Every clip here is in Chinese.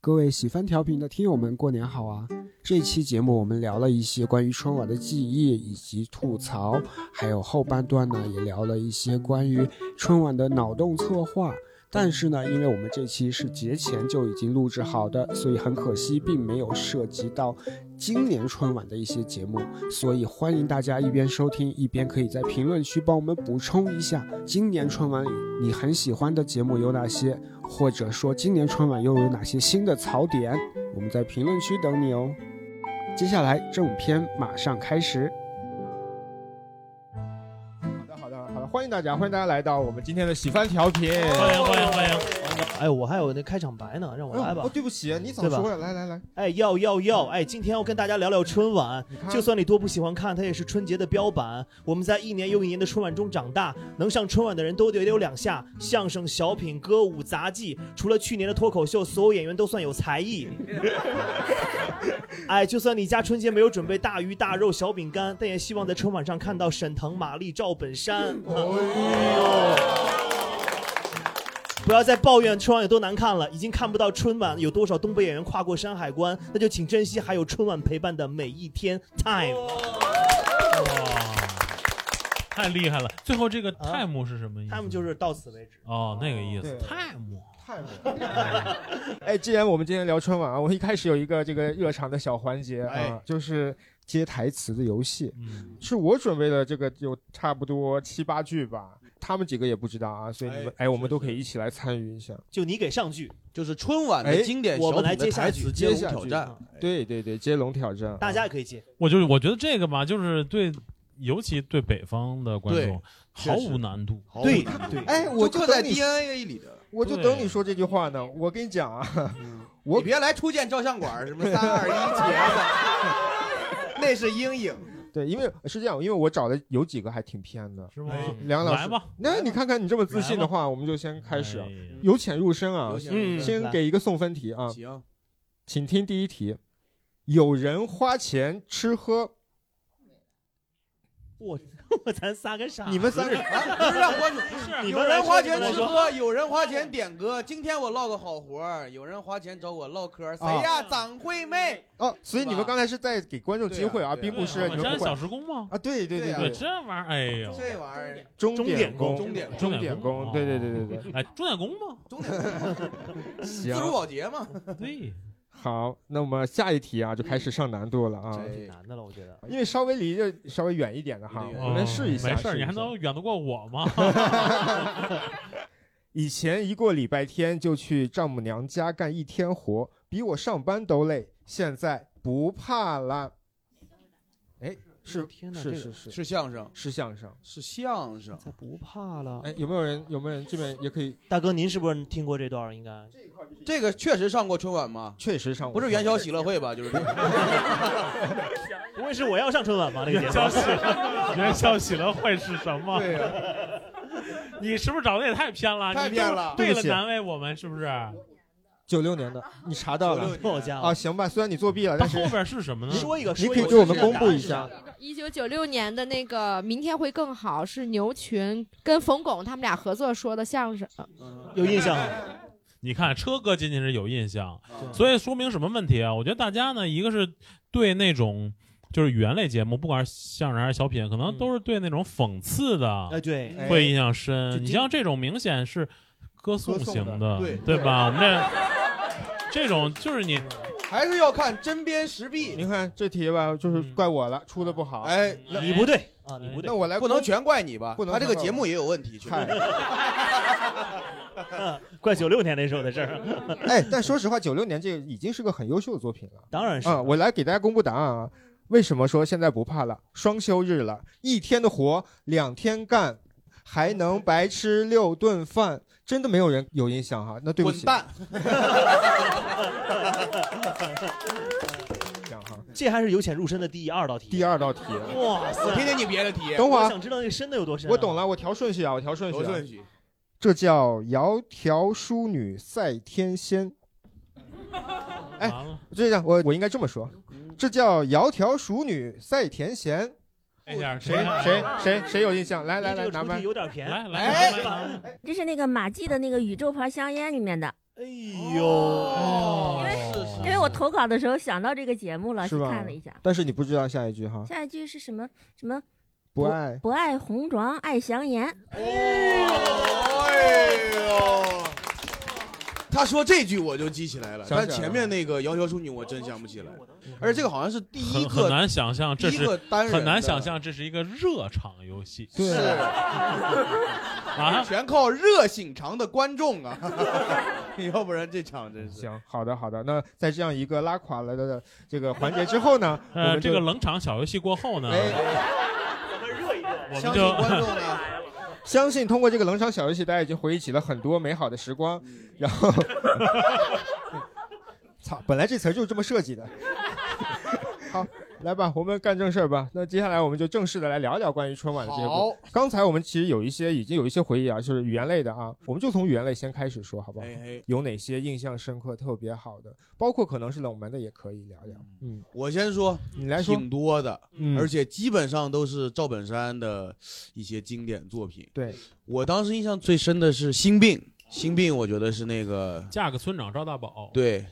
各位喜番调频的听友们，过年好啊！这期节目我们聊了一些关于春晚的记忆以及吐槽，还有后半段呢也聊了一些关于春晚的脑洞策划。但是呢，因为我们这期是节前就已经录制好的，所以很可惜并没有涉及到今年春晚的一些节目，所以欢迎大家一边收听，一边可以在评论区帮我们补充一下今年春晚里你很喜欢的节目有哪些，或者说今年春晚又有哪些新的槽点，我们在评论区等你哦。接下来正片马上开始。好的，好的，好的，欢迎大家，欢迎大家来到我们今天的喜番调频。欢迎欢迎欢迎！哎，我还有那开场白呢，让我来吧。哦，对不起，你早对吧说呀！来来来，哎，要要要！哎，今天要跟大家聊聊春晚。你看，就算你多不喜欢看，它也是春节的标版。我们在一年又一年的春晚中长大，能上春晚的人都得有两下：相声、小品、歌舞、杂技。除了去年的脱口秀，所有演员都算有才 艺。哎，就算你家春节没有准备大鱼大肉、小饼干，但也希望在春晚上看到沈腾、马丽、赵本山。哎不要再抱怨春晚有多难看了，已经看不到春晚有多少东北演员跨过山海关，那就请珍惜还有春晚陪伴的每一天。Time 太厉害了！最后这个啊 time 是什么意思？ time 就是到此为止。哦，那个意思对。 time 太猛了哎，既然我们今天聊春晚啊，我一开始有一个这个热场的小环节啊哎，就是接台词的游戏，嗯，是我准备的，这个有差不多七八句吧。他们几个也不知道啊，所以你们哎，我们都可以一起来参与一下。就你给上句，就是春晚的啊经哎典小我们来品接的下台去词接龙接下挑去战，对对对，接龙挑战，大家也可以接。 我就是我觉得这个吧，就是对，尤其对北方的观众对确毫无实难度。好对吧对，哎，我就就刻等在你， DNA 里的。嗯我就等你说这句话呢。我跟你讲啊，我你别来初见照相馆，什么三 二一茄子，那是阴影。对，因为是这样，因为我找的有几个还挺偏的。是吗哎？梁老师来吧，那你看看你这么自信的话，我们就先开始啊哎，呀由浅入深啊有，请有嗯请先给一个送分题啊，行，请听第一题：有人花钱吃喝，我我咱仨跟啥？你们三个啊不是让观众。你有们人来花说钱你们来吃说喝，有人花钱点歌。今天我落个好活儿，有人花钱找我唠啊嗑。谁呀？嗯张惠妹。哦，所以你们是吧刚才是在给观众机会啊，对啊对并啊不是我你们家不小管时工吗？啊，对对对对啊对，这玩意儿，哎呦，这玩意儿，钟钟点点工，钟点工钟点工，对对对对对。哎，钟点工吗？钟点工 对，自行，主保洁嘛。对，好，那么下一题啊，就开始上难度了啊，这挺难的了，我觉得。因为稍微离这稍微远一点的哈，有点远哎我来试一下，哦没事儿，试一你还下能远得过我 吗？以前一过礼拜天就去丈母娘家干一天活，比我上班都累。现在不怕啦。 哎，是天哪，是这是个是是相声，是相声。是相声。咱不怕了。哎，有没有人有没有人这边也可以？大哥，您是不是听过这段儿？应该这个确实上过春晚吗？确实上不是元宵喜乐会吧？就是这个。 不会是我要上春晚吧？那个节元目宵喜，元宵喜乐会是什么？对啊呀，你是不是找的也太偏了？太你这偏了对对了不起难为我们是不是？九六年的，啊你查到了我家啊？行吧，虽然你作弊了，它但是后边是什么呢？说一个，你说可一以个给我们是公啥布一下。一九九六年的那个《明天会更好》是牛群跟冯巩他们俩合作说的相声，嗯有印象吗？你看车哥今天是有印象，啊所以说明什么问题啊？我觉得大家呢，一个是对那种就是语言类节目，不管是相声还是小品，可能嗯都是对那种讽刺的哎，对，哎会印象就深。你今像这种明显是歌颂歌颂型的对对吧？我们这 这种就是你还是要看针砭时弊，你看这题吧，就是怪我了，出的不好。，哎，你不对啊，你不对那。我来不能全怪你吧？不能他这个全怪我节目也有问题，确实看。 怪九六年那时候的事儿，哎，但说实话，九六年这个已经是个很优秀的作品了。当然是啊，我来给大家公布答案啊。为什么说现在不怕了？双休日了，一天的活两天干，还能白吃六顿饭，真的没有人有印象哈、那对不滚起，蛋！讲哈。这还是由浅入深的第二道题。第，二道题，啊哇塞！我听听你别的题，等会我儿啊想知道那个深的有多深、我懂，了，我调顺序啊，我调顺序、有啊。顺序。这叫窈窕淑女赛天仙。哎完了，这样，我我应该这么说，这叫窈窕淑女赛天仙。哎呀，谁谁谁谁有印象？来来您来，啊这个拿出题麦。有点便宜。来来哎来来，这是那个马季的那个宇宙牌香烟里面的，哎呦，哦因为我投稿的时候想到这个节目了，是去吧看了一下。但是你不知道下一句哈，下一句是什么？什么不爱不爱红妆爱香颜？哦哎他说这句我就记起来了，想起来了嗯但前面那个窈窕淑女我真想不起来，而且这个好像是第一很很个难想象第这一是个单人的很难想，象这是一个热场游戏对啊！全靠热心肠的观众啊， 要不然这场真是。行，好的好的。那在这样一个拉垮了的这个 环节之 后呢，我呃，们这就个冷场小游戏过后呢，哎，我们热一热。我 相们信观就 众呢，相信通过这个冷场小游戏，大家已经回忆起了很多美好的时光。然后， 操，本来这词儿就是这么设计的。 好，来吧，我们干正事儿吧。那接下来我们就正式的来聊聊关于春晚的节目。好，刚才我们其实有一些已经有一些回忆啊，就是语言类的啊，我们就从语言类先开始说，好不好？哎哎，有哪些印象深刻、特别好的，包括可能是冷门的，也可以聊聊。嗯，我先说，你来说，挺多的，嗯，而且基本上都是赵本山的一些经典作品。对，我当时印象最深的是《心病》，《心病》我觉得是那个嫁个村长赵大宝，对，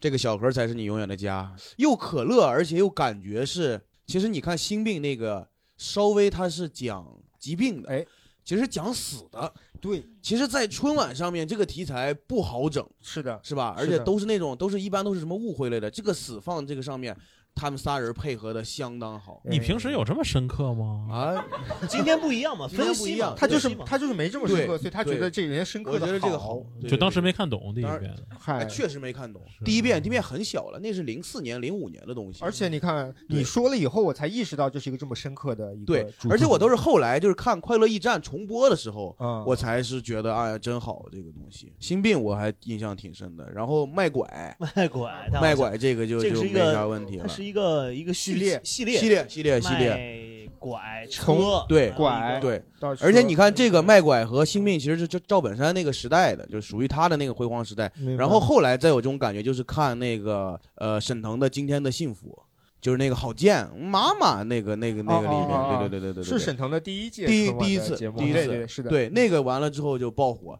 这个小盒才是你永远的家，又可乐，而且又感觉是，其实你看《心病》那个稍微它是讲疾病的，哎，其实讲死的。对，其实，在春晚上面，这个题材不好整，是的，是吧？而是的且都是那种，都是一般都是什么误会类的。这个死放这个上面，他们仨人配合的相当好你平时有嗯这么深刻吗？啊。哎 今天不一样嘛，今天分不一析样嘛，他就是分析嘛他就是没这么深对刻，所以他觉得这个人深刻我的觉得这个好，对就对当时对没看懂第一当然遍，哎嗨，确实没看懂是。第一啊遍，第一遍很小了，那是零四年、零五年的东西。而且你看，嗯对你说了以后，我才意识到这是一个这么深刻的一个对主题。，而且我都是后来就是看《快乐驿站》重播的时候，啊，我才是觉得哎呀真好这个东西。心病我还印象挺深的，然后卖 拐，卖拐，他卖，拐这个就这个就是一没个啥问题它了。是一个一个系列系系列列系列系列，卖拐车啊从对拐对，到时候而且你看这个嗯卖拐和心病其实是赵赵本山那个时代的，就属于他的那个辉煌时代。明白然后后来再有这种感觉，就是看那个呃沈腾的《今天的幸福》，就是那个郝建妈妈那个那个那个里面，哦哦哦哦对对对对对对，是沈腾的第一啊届第一春晚的第一次节目第一次对对对是的，对嗯那个完了之后就爆火，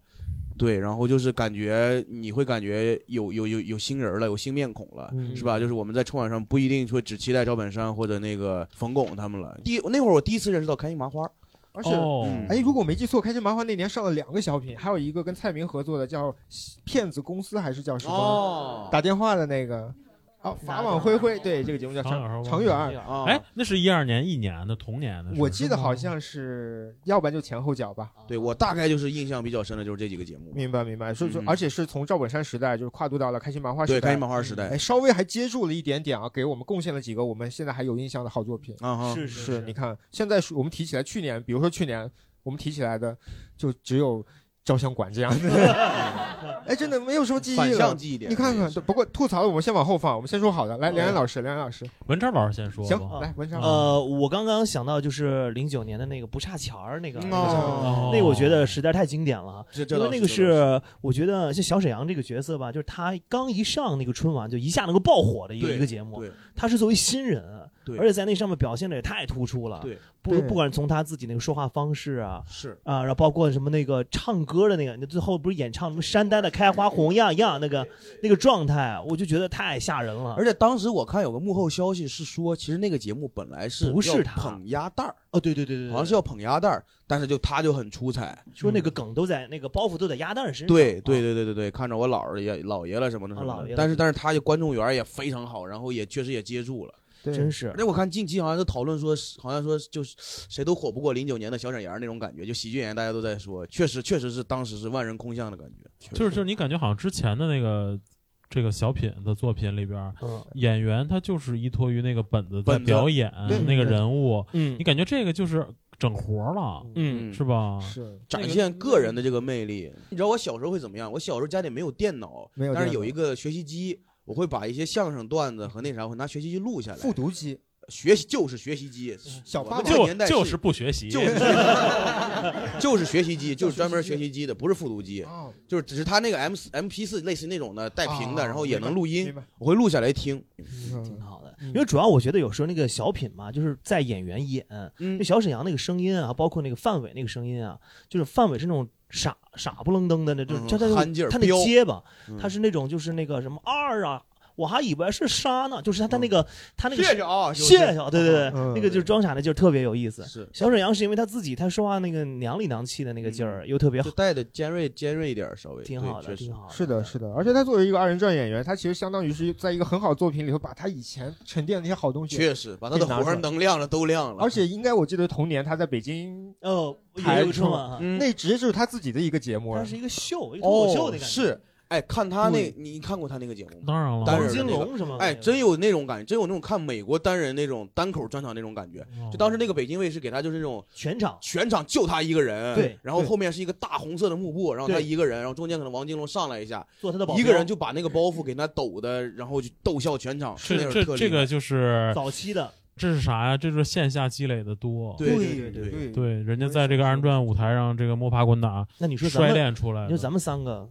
对，然后就是感觉你会感觉有有有有新人了，有新面孔了。嗯是吧？就是我们在春晚上不一定会只期待赵本山或者那个冯巩他们了。第那会儿我第一次认识到开心麻花，而且。哦，嗯哎，如果我没记错，《开心麻花》那年上了两个小品，还有一个跟蔡明合作的叫《骗子公司》还是叫什么？哦打电话的那个，哦，法网恢恢，对，这个节目叫常常远常远。啊，哎，那是一二年一年的同年的事，我记得好是吗像是，要不然就前后脚吧。对我大概就是印象比较深的就是这几个节目，明白明白，所以说，嗯而且是从赵本山时代就是跨度到了开心麻花时对，代，开心麻花时代哎，稍微还接住了一点点啊，给我们贡献了几个我们现在还有印象的好作品。啊哈，是是，你是，看现在是我们提起来去年，比如说去年我们提起来的，就只有照相馆这样 的，哎，真的没有什么记忆反向了。记忆点。你看看，不过吐槽的我们先往后放，我们先说好的。来，梁岩老师，梁岩老师，文超老师先说行吧，嗯来文昌老师，呃，我刚刚想到就是零九年的那个不差钱儿那个，那个叫哦，那我觉得实在太经典了。这这因为倒那个这倒是，我觉得像小沈阳这个角色吧，就是他刚一上那个春晚，就一下能够爆火的一个对一个节目。对他是作为新人，对而且在那上面表现的也太突出了。对不对不管是从他自己那个说话方式啊是啊，然后包括什么那个唱歌的那个，那最后不是演唱什么山呆的开花红样样那个那个状态，啊我就觉得太吓人了。而且当时我看有个幕后消息是说，其实那个节目本来是不是要他捧鸭蛋儿，哦，对对对对，对好像是要捧鸭蛋儿，但是就他就很出彩。说那个梗都在那个包袱都在鸭蛋身上。嗯对对啊对对对对，看着我姥儿也姥爷了什么的啊什么姥爷的，了但是但是他的观众缘也非常好，然后也确实也接住了。对真，是而且我看近期好像在讨论说，好像说就是谁都火不过零九年的小沈阳那种感觉，就喜剧演员大家都在说，确实确实是当时是万人空巷的感觉。就是就是你感觉好像之前的那个这个小品的作品里边儿，嗯演员他就是依托于那个本子在本子表演对那个人物，嗯你感觉这个就是整活儿了，嗯是吧？是展现个人的这个魅力。你知道我小时候会怎么样？我小时候家里没有电脑，没有但是电有脑一个学习机，我会把一些相声段子和那啥，我拿学习机录下复来。读机，嗯学习就是学习机，小我霸们这王个就年代就是是不学习，就是 就是学习机，就是专门学习机的，不是复读机，啊，就是只是它那个 M M P 四类似那种的带屏的，啊然后也能录音明，白我会录下来听。明挺白好的，嗯因为主要我觉得有时候那个小品嘛，就是在演员演，嗯那小沈阳那个声音啊，包括那个范伟那个声音啊，就是范伟是那种傻傻不愣登的那，就是嗯他他憨劲儿他那彪结巴，嗯他是那种就是那个什么二啊。我还以为是沙呢，就是他他那个他那个嗯谢谢啊，谢谢，对对对，嗯那个就是装傻那劲儿特别有意思。是小沈阳是因为他自己他说话那个娘里娘气的那个劲儿又特别嗯就好，带的尖锐尖锐一点儿，稍微挺对好的，确实挺好的。是的，是的，而且他作为一个二人转演员，他其实相当于是在一个很好的作品里头，把他以前沉淀的那些好东西，确实把他的可以拿活儿出来能亮了都亮了，而且应该我记得同年他在北京，哦，也有个春啊晚哈，嗯那直接就是他自己的一个节目它了。是一个秀，一哎个脱口秀哦的感觉，是，哎，看他那，你看过他那个节目吗？当然了，单王人金的那个龙什么？哎，真有那种感觉，真有那种看美国单人那种单口专场那种感觉。哦就当时那个北京卫视给他就是那种全场全场就他一个人，对然后对后面是一个大红色的幕布，然后他对一个人，然后中间可能王金龙上来一下，做他的保镖一个人就把那个包袱给他抖的，然后就逗笑全场，是那这种这特这厉害个就是早期的，这是啥呀？这就是线下积累的多。对对对对，对，人家在这个二人转舞台上，这个摸爬滚打那你说咱摔们，练出来你的。说咱们三 个，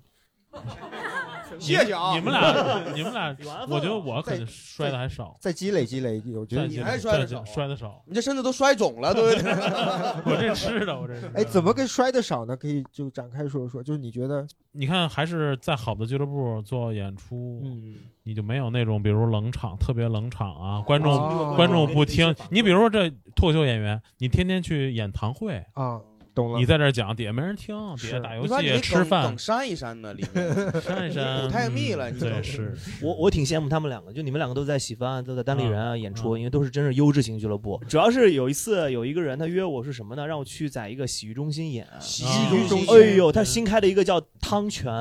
谢谢啊，你们俩，你 们俩，完了我觉得我可能摔的还少，再积累积累，我觉站得啊你起来还摔得站起来少摔的少。你这身子都摔肿了，对不对？ 我这吃的，我这是。哎，怎么？跟摔的少呢？可以就展开说说，就是你觉得，你看，还是在好的俱乐部做演出，嗯，你就没有那种比如冷场，特别冷场啊，观众、哦观众不听。你比如说这脱口秀演员，你天天去演堂会，啊，懂了你，在这儿讲，底下没人听，底下是打游你把你戏、那吃梗饭梗、删一删呢，里面 删一删，你太密了嗯你对，都是我我挺羡慕他们两个，就你们两个都在喜番，都在单立人啊演出，嗯因为都是真是优质型俱乐部。主要是有一次有一个人他约我是什么呢？让我去在一个洗浴中心演。洗浴中哎心呦，他新开的一个叫汤泉，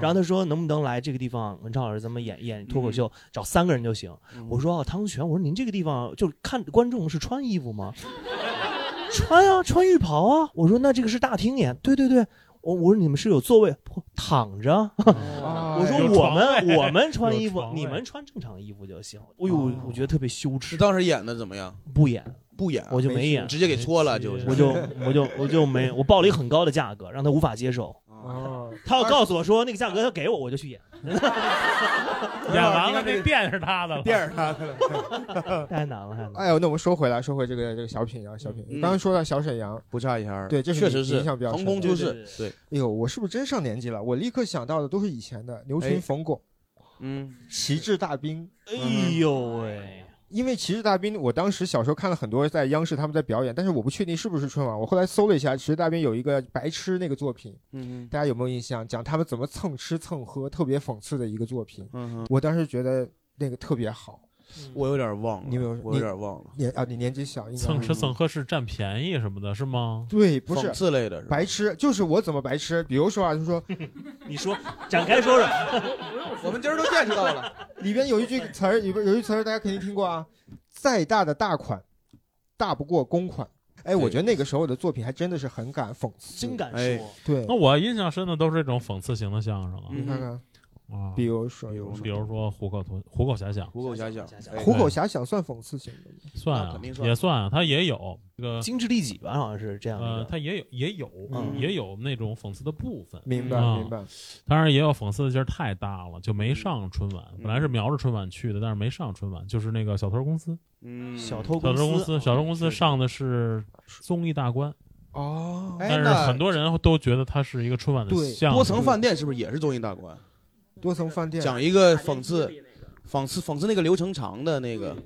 然后他说能不能来这个地方，文昌老师咱们演演脱口秀，嗯找三个人就行。我说哦，汤泉，我说您这个地方就是看观众是穿衣服吗？穿啊，穿浴袍啊。我说那这个是大厅演，对对对。我我说你们是有座位，不躺着啊。啊 我说哦有我床们位我们穿衣有服，床位你们穿正常衣服就行。哎呦，我觉得特别羞是耻，当时演的怎么样？不演，不演啊，我就没演你直接给搓了，就是我就我就我就没，我报了一个很高的价格，让他无法接受。啊啊，他要告诉我说那个价格要给我，我就去演。 演完了，这店是他的了。 电视啊上 太难了，太难了。哎呦，那我们说回来，说回这个这个小品啊，小品，嗯刚刚说到小沈阳，不差一下，对这是确你实是印象比较深横空的出对对世，对，哎呦，我是不是真上年纪了？我立刻想到的都是以前的牛哎群、冯巩、嗯，旗帜大兵。哎呦喂，因为《骑士大兵》，我当时小时候看了很多在央视他们在表演，但是我不确定是不是春晚。我后来搜了一下，《骑士大兵》有一个白痴那个作品，嗯大家有没有印象？讲他们怎么蹭吃蹭喝，特别讽刺的一个作品。嗯哼，我当时觉得那个特别好。我有点忘了，你有我有点忘了，年啊，你年纪小，应该蹭吃蹭喝是占便宜什么的，是吗？对，不嗯是讽刺类的是吧，白痴，就是我怎么白痴？比如说啊，就说 你说展开说说， 我们今儿都见识到 了， 里边有一句词儿，里边有一句词儿，大家肯定听过啊，再大的大款，大不过公款。哎，我觉得那个时候的作品还真的是很敢讽刺，真敢哎说。对那，我印象深的都是这种讽刺型的相声嗯你看看，了啊，比如说，比如说虎口吞虎口遐想虎口遐想想，想哎虎口遐想算讽刺型的吗？算那啊肯定，算也算啊，他也有这个精致利己吧，好像是这样一呃，个。他也有也有啊嗯也有那种讽刺的部分，明白，啊明白。当然也有讽刺的劲儿太大了，就没上春晚。本来是瞄着春晚去的，但是没上春晚，就是那个小偷公司，嗯，小偷小偷公司，司，小偷公司是上的是综艺大观，哦，哎但是那很多人都觉得它是一个春晚的对项目多层饭店是不是也是综艺大观？多层饭店，讲一个讽刺，讽刺讽刺那个流程长的那个，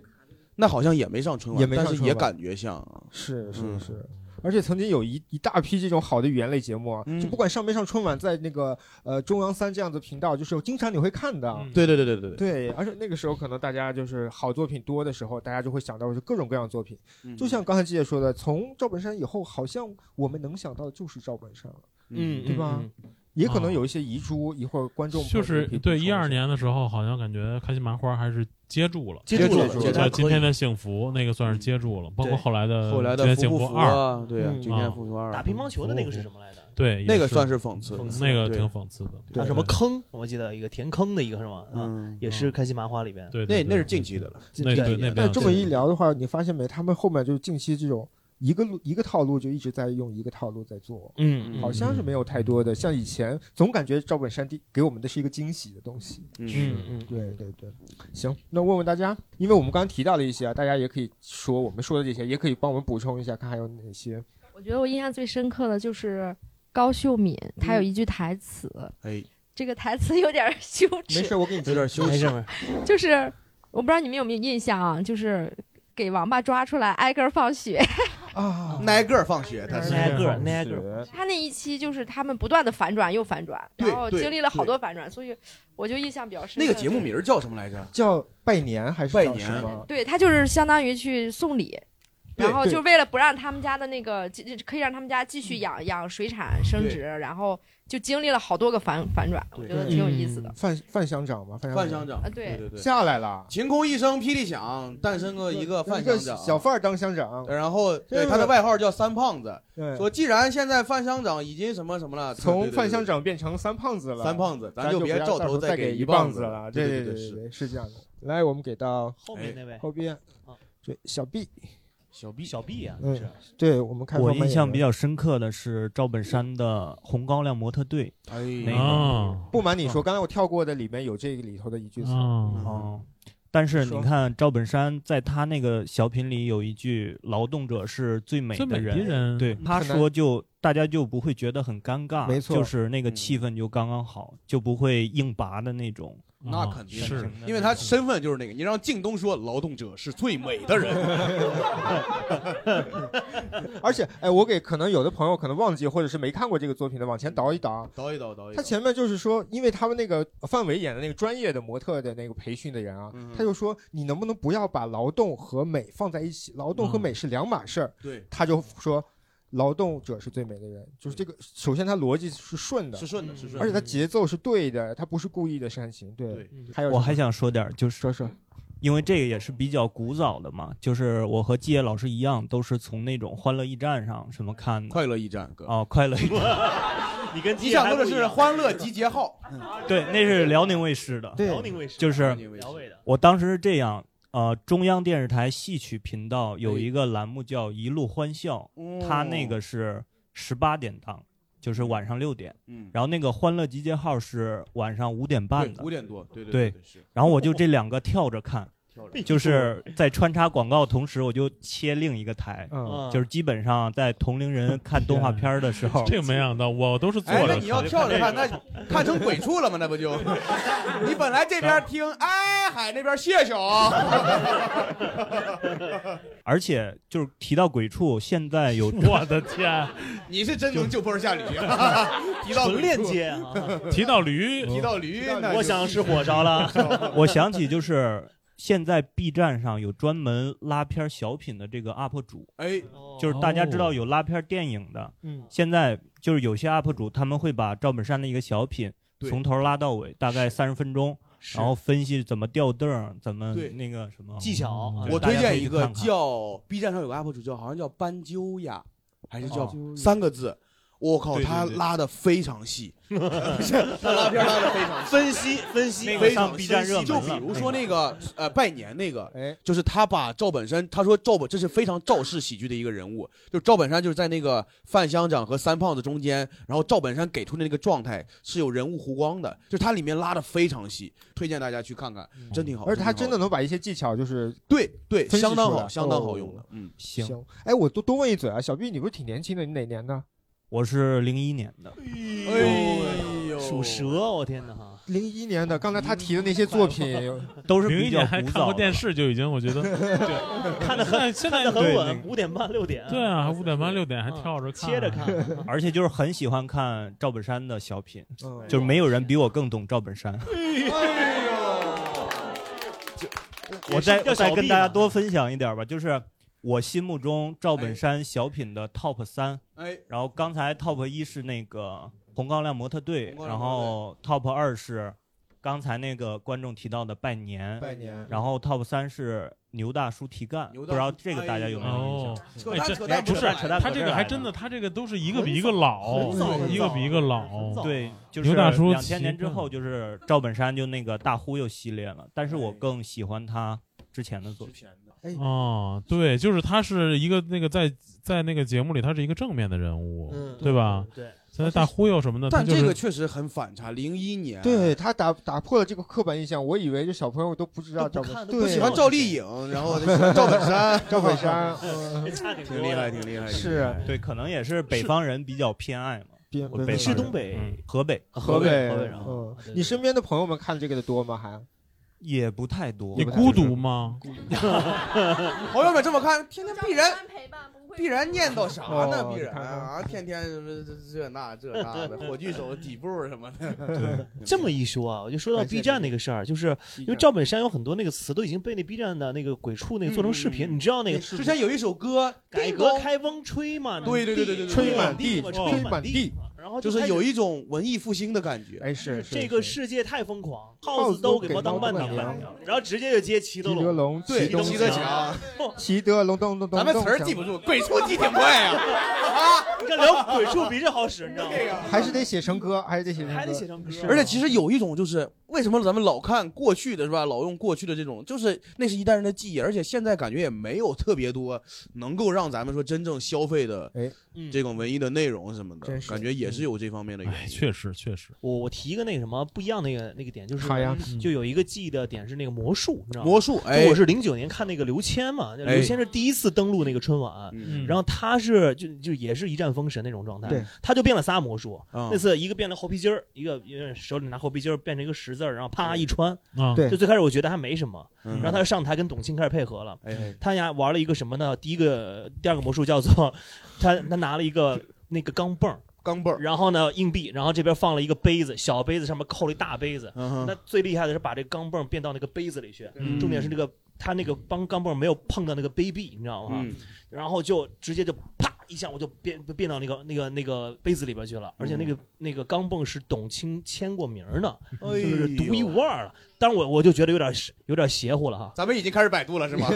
那好像也没上春晚，也没上但是春也晚感觉像啊是是嗯是。而且曾经有一一大批这种好的语言类节目啊，嗯就不管上没上春晚，在那个呃中央三这样子频道，就是经常你会看的。嗯对对对对对对，对，而且那个时候可能大家就是好作品多的时候，大家就会想到是各种各样的作品。嗯就像刚才季姐说的，从赵本山以后，好像我们能想到的就是赵本山了，嗯对吧？嗯也可能啊有一些遗珠，一会儿观众朋就友是可以对补充一二下年的时候，好像感觉开心麻花还是接住了。接住住了了，接觉住得了还就可今天以的幸福那个算是接住了，包括对后来的后来今的天服幸不福服二，啊？对呀嗯，今 天啊服不服二打乒乓球的那个是什么来着？对，那也个算是是讽刺，讽刺那个对挺讽刺的，叫对什么坑？我记得一个填坑的一个是吗？啊，嗯，也是开心麻花里边。对，那对那对是近期的了，那这对个那边但这么一聊的话，你发现没？他们后面就是近期这种一个路一个套路，就一直在用一个套路在做，嗯嗯好像是没有太多的。像以前总感觉赵本山第给我们的是一个惊喜的东西。嗯，嗯嗯，对对对，行，那问问大家，因为我们刚刚提到了一些啊，大家也可以说我们说的这些，也可以帮我们补充一下，看还有哪些。我觉得我印象最深刻的就是高秀敏，她有一句台词，嗯哎，这个台词有点儿羞耻。没事，我给你有指点羞没事耻。没事， 就是我不知道你们有没有印象啊，就是给王八抓出来挨个儿放血。啊。挨个儿放血，他是挨个挨个 他那一期就是他们不断的反转又反转，对然后对经历了好多反转，所以我就印象比较深。那个节目，名儿叫什么来着？叫拜年还是拜叫年什么？对他就是相当于去送 礼。对然后对就为了不让他们家的那个，就就可以让他们家继续养养水产生殖，然后就经历了好多个反反转，我觉得对挺有意思的。范范乡长吗？范范乡乡长啊，对对，对对，下来了，晴空一声霹雳响，诞生了一个啊范乡长。小范儿当乡长，然后对对他的外号叫三胖子，对，说既然现在范乡长已经什么什么了，从对范乡长变成三胖子了，三胖子，咱就别别照头头再给一棒子了。啊对对对对是哎对，是这样的。来，我们给到后面那位后边啊，对小 B，小 B 小 B 啊，嗯是对我们看我印象比较深刻的是赵本山的《红高粱模特队哎那呀个啊不瞒你说，刚才我跳过的里面有这个里头的一句词，嗯啊，》哦。但是说你看，赵本山在他那个小品里有一句“劳动者是最美最的美的人”，人，对嗯他很难说就大家就不会觉得很尴尬，没错就是那个嗯气氛就刚刚好，就不会硬拔的那种。那啊肯定是，的因为他身份就是那个，你让靳东说劳动者是最美的人， 而且哎，我给可能有的朋友可能忘记或者是没看过这个作品的，往前倒一倒啊，倒一倒倒一他倒，前面就是说，因为他们那个范伟演的那个专业的模特的那个培训的人啊，嗯他就说你能不能不要把劳动和美放在一起，劳动和美是两码事儿。嗯对，他就说，劳动者是最美的人，就是这个。首先，他逻辑是顺的是，顺的，是顺而且的。他节奏是对的，他不是故意的煽情。对，对，还有我什么还想说点儿，就是说说，因为这个也是比较古早的嘛，就是我和季野老师一样，都是从那种《欢乐驿站》上什么看的。快乐驿站哥，哦，快乐驿站，你跟你吉想祥说的是《欢乐集结号对，那是辽宁卫视的。对辽宁卫视，就》，辽是宁卫视辽卫的，我当时是这样，呃，中央电视台戏曲频道有哎一个栏目叫《一路欢笑》，哦它那个，是十八点档，就是晚上六点，嗯，然后那个《欢乐集结号》是晚上五点半五的，点多，对对，是然后我就这两个跳着看， 跳着，就是在穿插广告同时，我就切另一个台。嗯，啊就是基本上在同龄人看动画片儿的时候 这个没想到，我都是坐哎，那着你要看。跳着看，那看成鬼畜了吗？那不就， 你本来这边听哎海，那边谢谢啊， 而且就是提到鬼畜，现在 有 我的天！啊你是真能就坡下驴，啊 提到纯鬼链畜，接 啊！嗯提到驴，提到驴，那我就想是火烧 了，我想起就是现在 B 站上有专门拉片儿小品的这个 UP 主，哎，就是大家知道有拉片儿电影的，嗯，现在就是有些 UP 主他们会把赵本山的一个小品对从头拉到尾，大概三十分钟，然后分析怎么吊凳儿，怎么对那个什么技巧啊嗯，我大推家可荐以一去个看看叫 B 站上有个 UP 主叫好像叫斑鸠呀，还是叫哦三个字。我靠，对对他对拉的非常 细，他拉片拉的非常分细，析分析，那个非上常 B 站深热细就门比了如说那个呃拜年那个，哎，就是他把赵本山，他说赵本这是非常赵氏喜剧的一个人物，就是赵本山就是在那个范乡长和三胖子中间，然后赵本山给出的那个状态是有人物弧光的，就是他里面拉的非常细，推荐大家去看看，嗯真挺好。而且他挺真好的能把一些技巧就是对对，分析相当出来好，相当好哦用的，嗯，行，，哎，我多多问一嘴啊，小 B，你不是挺年轻的，你哪年的？哎我是零一年的，哎呦属蛇，啊我天哪！哈零一年的，刚才他提的那些作品，都是零比一较年还古看早过电的。视就已经，我觉得看得现很在现看在得很对稳那，五点半六点，对啊，还五点半六点还嗯跳着看，切着看，啊而且就是很喜欢看赵本山的小品，嗯，就是没有人比我更懂赵本山。哎我再我再跟大家多分享一点吧，就是我心目中赵本山小品的 top 三，哎，然后刚才 top 一是那个红高粱模特队红，高然粱后 top 二是刚才那个观众提到的拜年，拜年，然后 top 三是牛大叔提干，牛不大知道叔这个大家有没有印象？哦，扯哎淡这扯淡不是扯淡扯淡他这个还真的，他这个都是一个比一个老很早很，早一个比一个老。很早对，就是牛大叔两千年提之干后，就是赵本山就那个大忽悠系列了，但是我更喜欢他之前的作品。哦，对，就是他是一个那个在在那个节目里，他是一个正面的人物，嗯对吧？对，现在大忽悠什么的，但他就这是个确实很反差，零一年，对他打打破了这个刻板印象，我以为这小朋友都不知道都赵本不看都对不喜欢赵丽 颖，然后喜欢赵本山， 赵本山，嗯差挺挺厉害，挺厉害，是对，可能也是北方人比较偏爱嘛。边我北北方方是人东北嗯河北啊河河北河北北人啊嗯啊对，你身边的朋友们看这个的多吗？还也不太多你。孤独 吗？ 朋友们这么看，天天必然陪伴不必会然念叨啥呢？哦必然你看看啊，天天什么这这那这那 的，火炬手底部什么 的。 这么一说啊，我就说到感谢 B 站那个事儿，就是因因为赵本山有很多那个词都已经被那 B 站的那个鬼畜那个做成视嗯嗯嗯频，你知道那个之前有一首歌《改叮革咚开风吹满地，对对对对对对吹满地嘛吹吹满地地嘛，然后啊就是开始有一种文艺复兴的感觉。哎是是这个是世界太疯狂，耗耗子子都都给给猫猫当当伴伴娘娘，然后直接就接齐德吉德龙，龙，对，齐东齐齐德德强强，齐德龙咚咚咚，咱们词儿记不住，鬼畜记挺啊快呀。 你看聊鬼畜比这好使，你知道吗？还是得写成歌，还是得写成歌，还得写成歌，啊而且其实有一种就是，为什么咱们老看过去的是吧？老用过去的这种，就是那是一代人的记忆，而且现在感觉也没有特别多能够让咱们说真正消费的嗯这种文艺的内容什么的哎真，是嗯感觉也是有这方面的哎，原因。确实确 实，我我提一个那个什么不一样那个那个点，就是好呀嗯就有一个记忆的点是那个魔术，你知道吗？魔术，哎就我，是零九年看那个刘谦嘛，哎刘谦是第一次登陆那个春晚，嗯然后他是就就也是一战封神那种状态，对，他就变了仨魔术。啊嗯那次一个变了猴皮筋儿，一个因为手里拿猴皮筋儿变成一个十字儿，然后啪一穿。啊，对就最开始我觉得还没什么，嗯然后他就上台跟董卿开始配合了。哎哎他呀玩了一个什么呢？第一个、第二个魔术叫做 他他拿了一个那个钢镚儿，钢镚儿，然后呢硬币，然后这边放了一个杯子，小杯子上面扣了一大杯子。嗯那哼最厉害的是把这钢镚儿变到那个杯子里去，嗯重点是那个他那个帮钢镚儿没有碰到那个杯壁，你知道吗？嗯然后就直接就啪一下，我就变变到那个那个那个杯子里边去了，而且那个、那个钢镚是董卿签过名儿的，哎就是呦独一无二了。当然我我就觉得有点有点邪乎了哈。咱们已经开始百度了 是吗？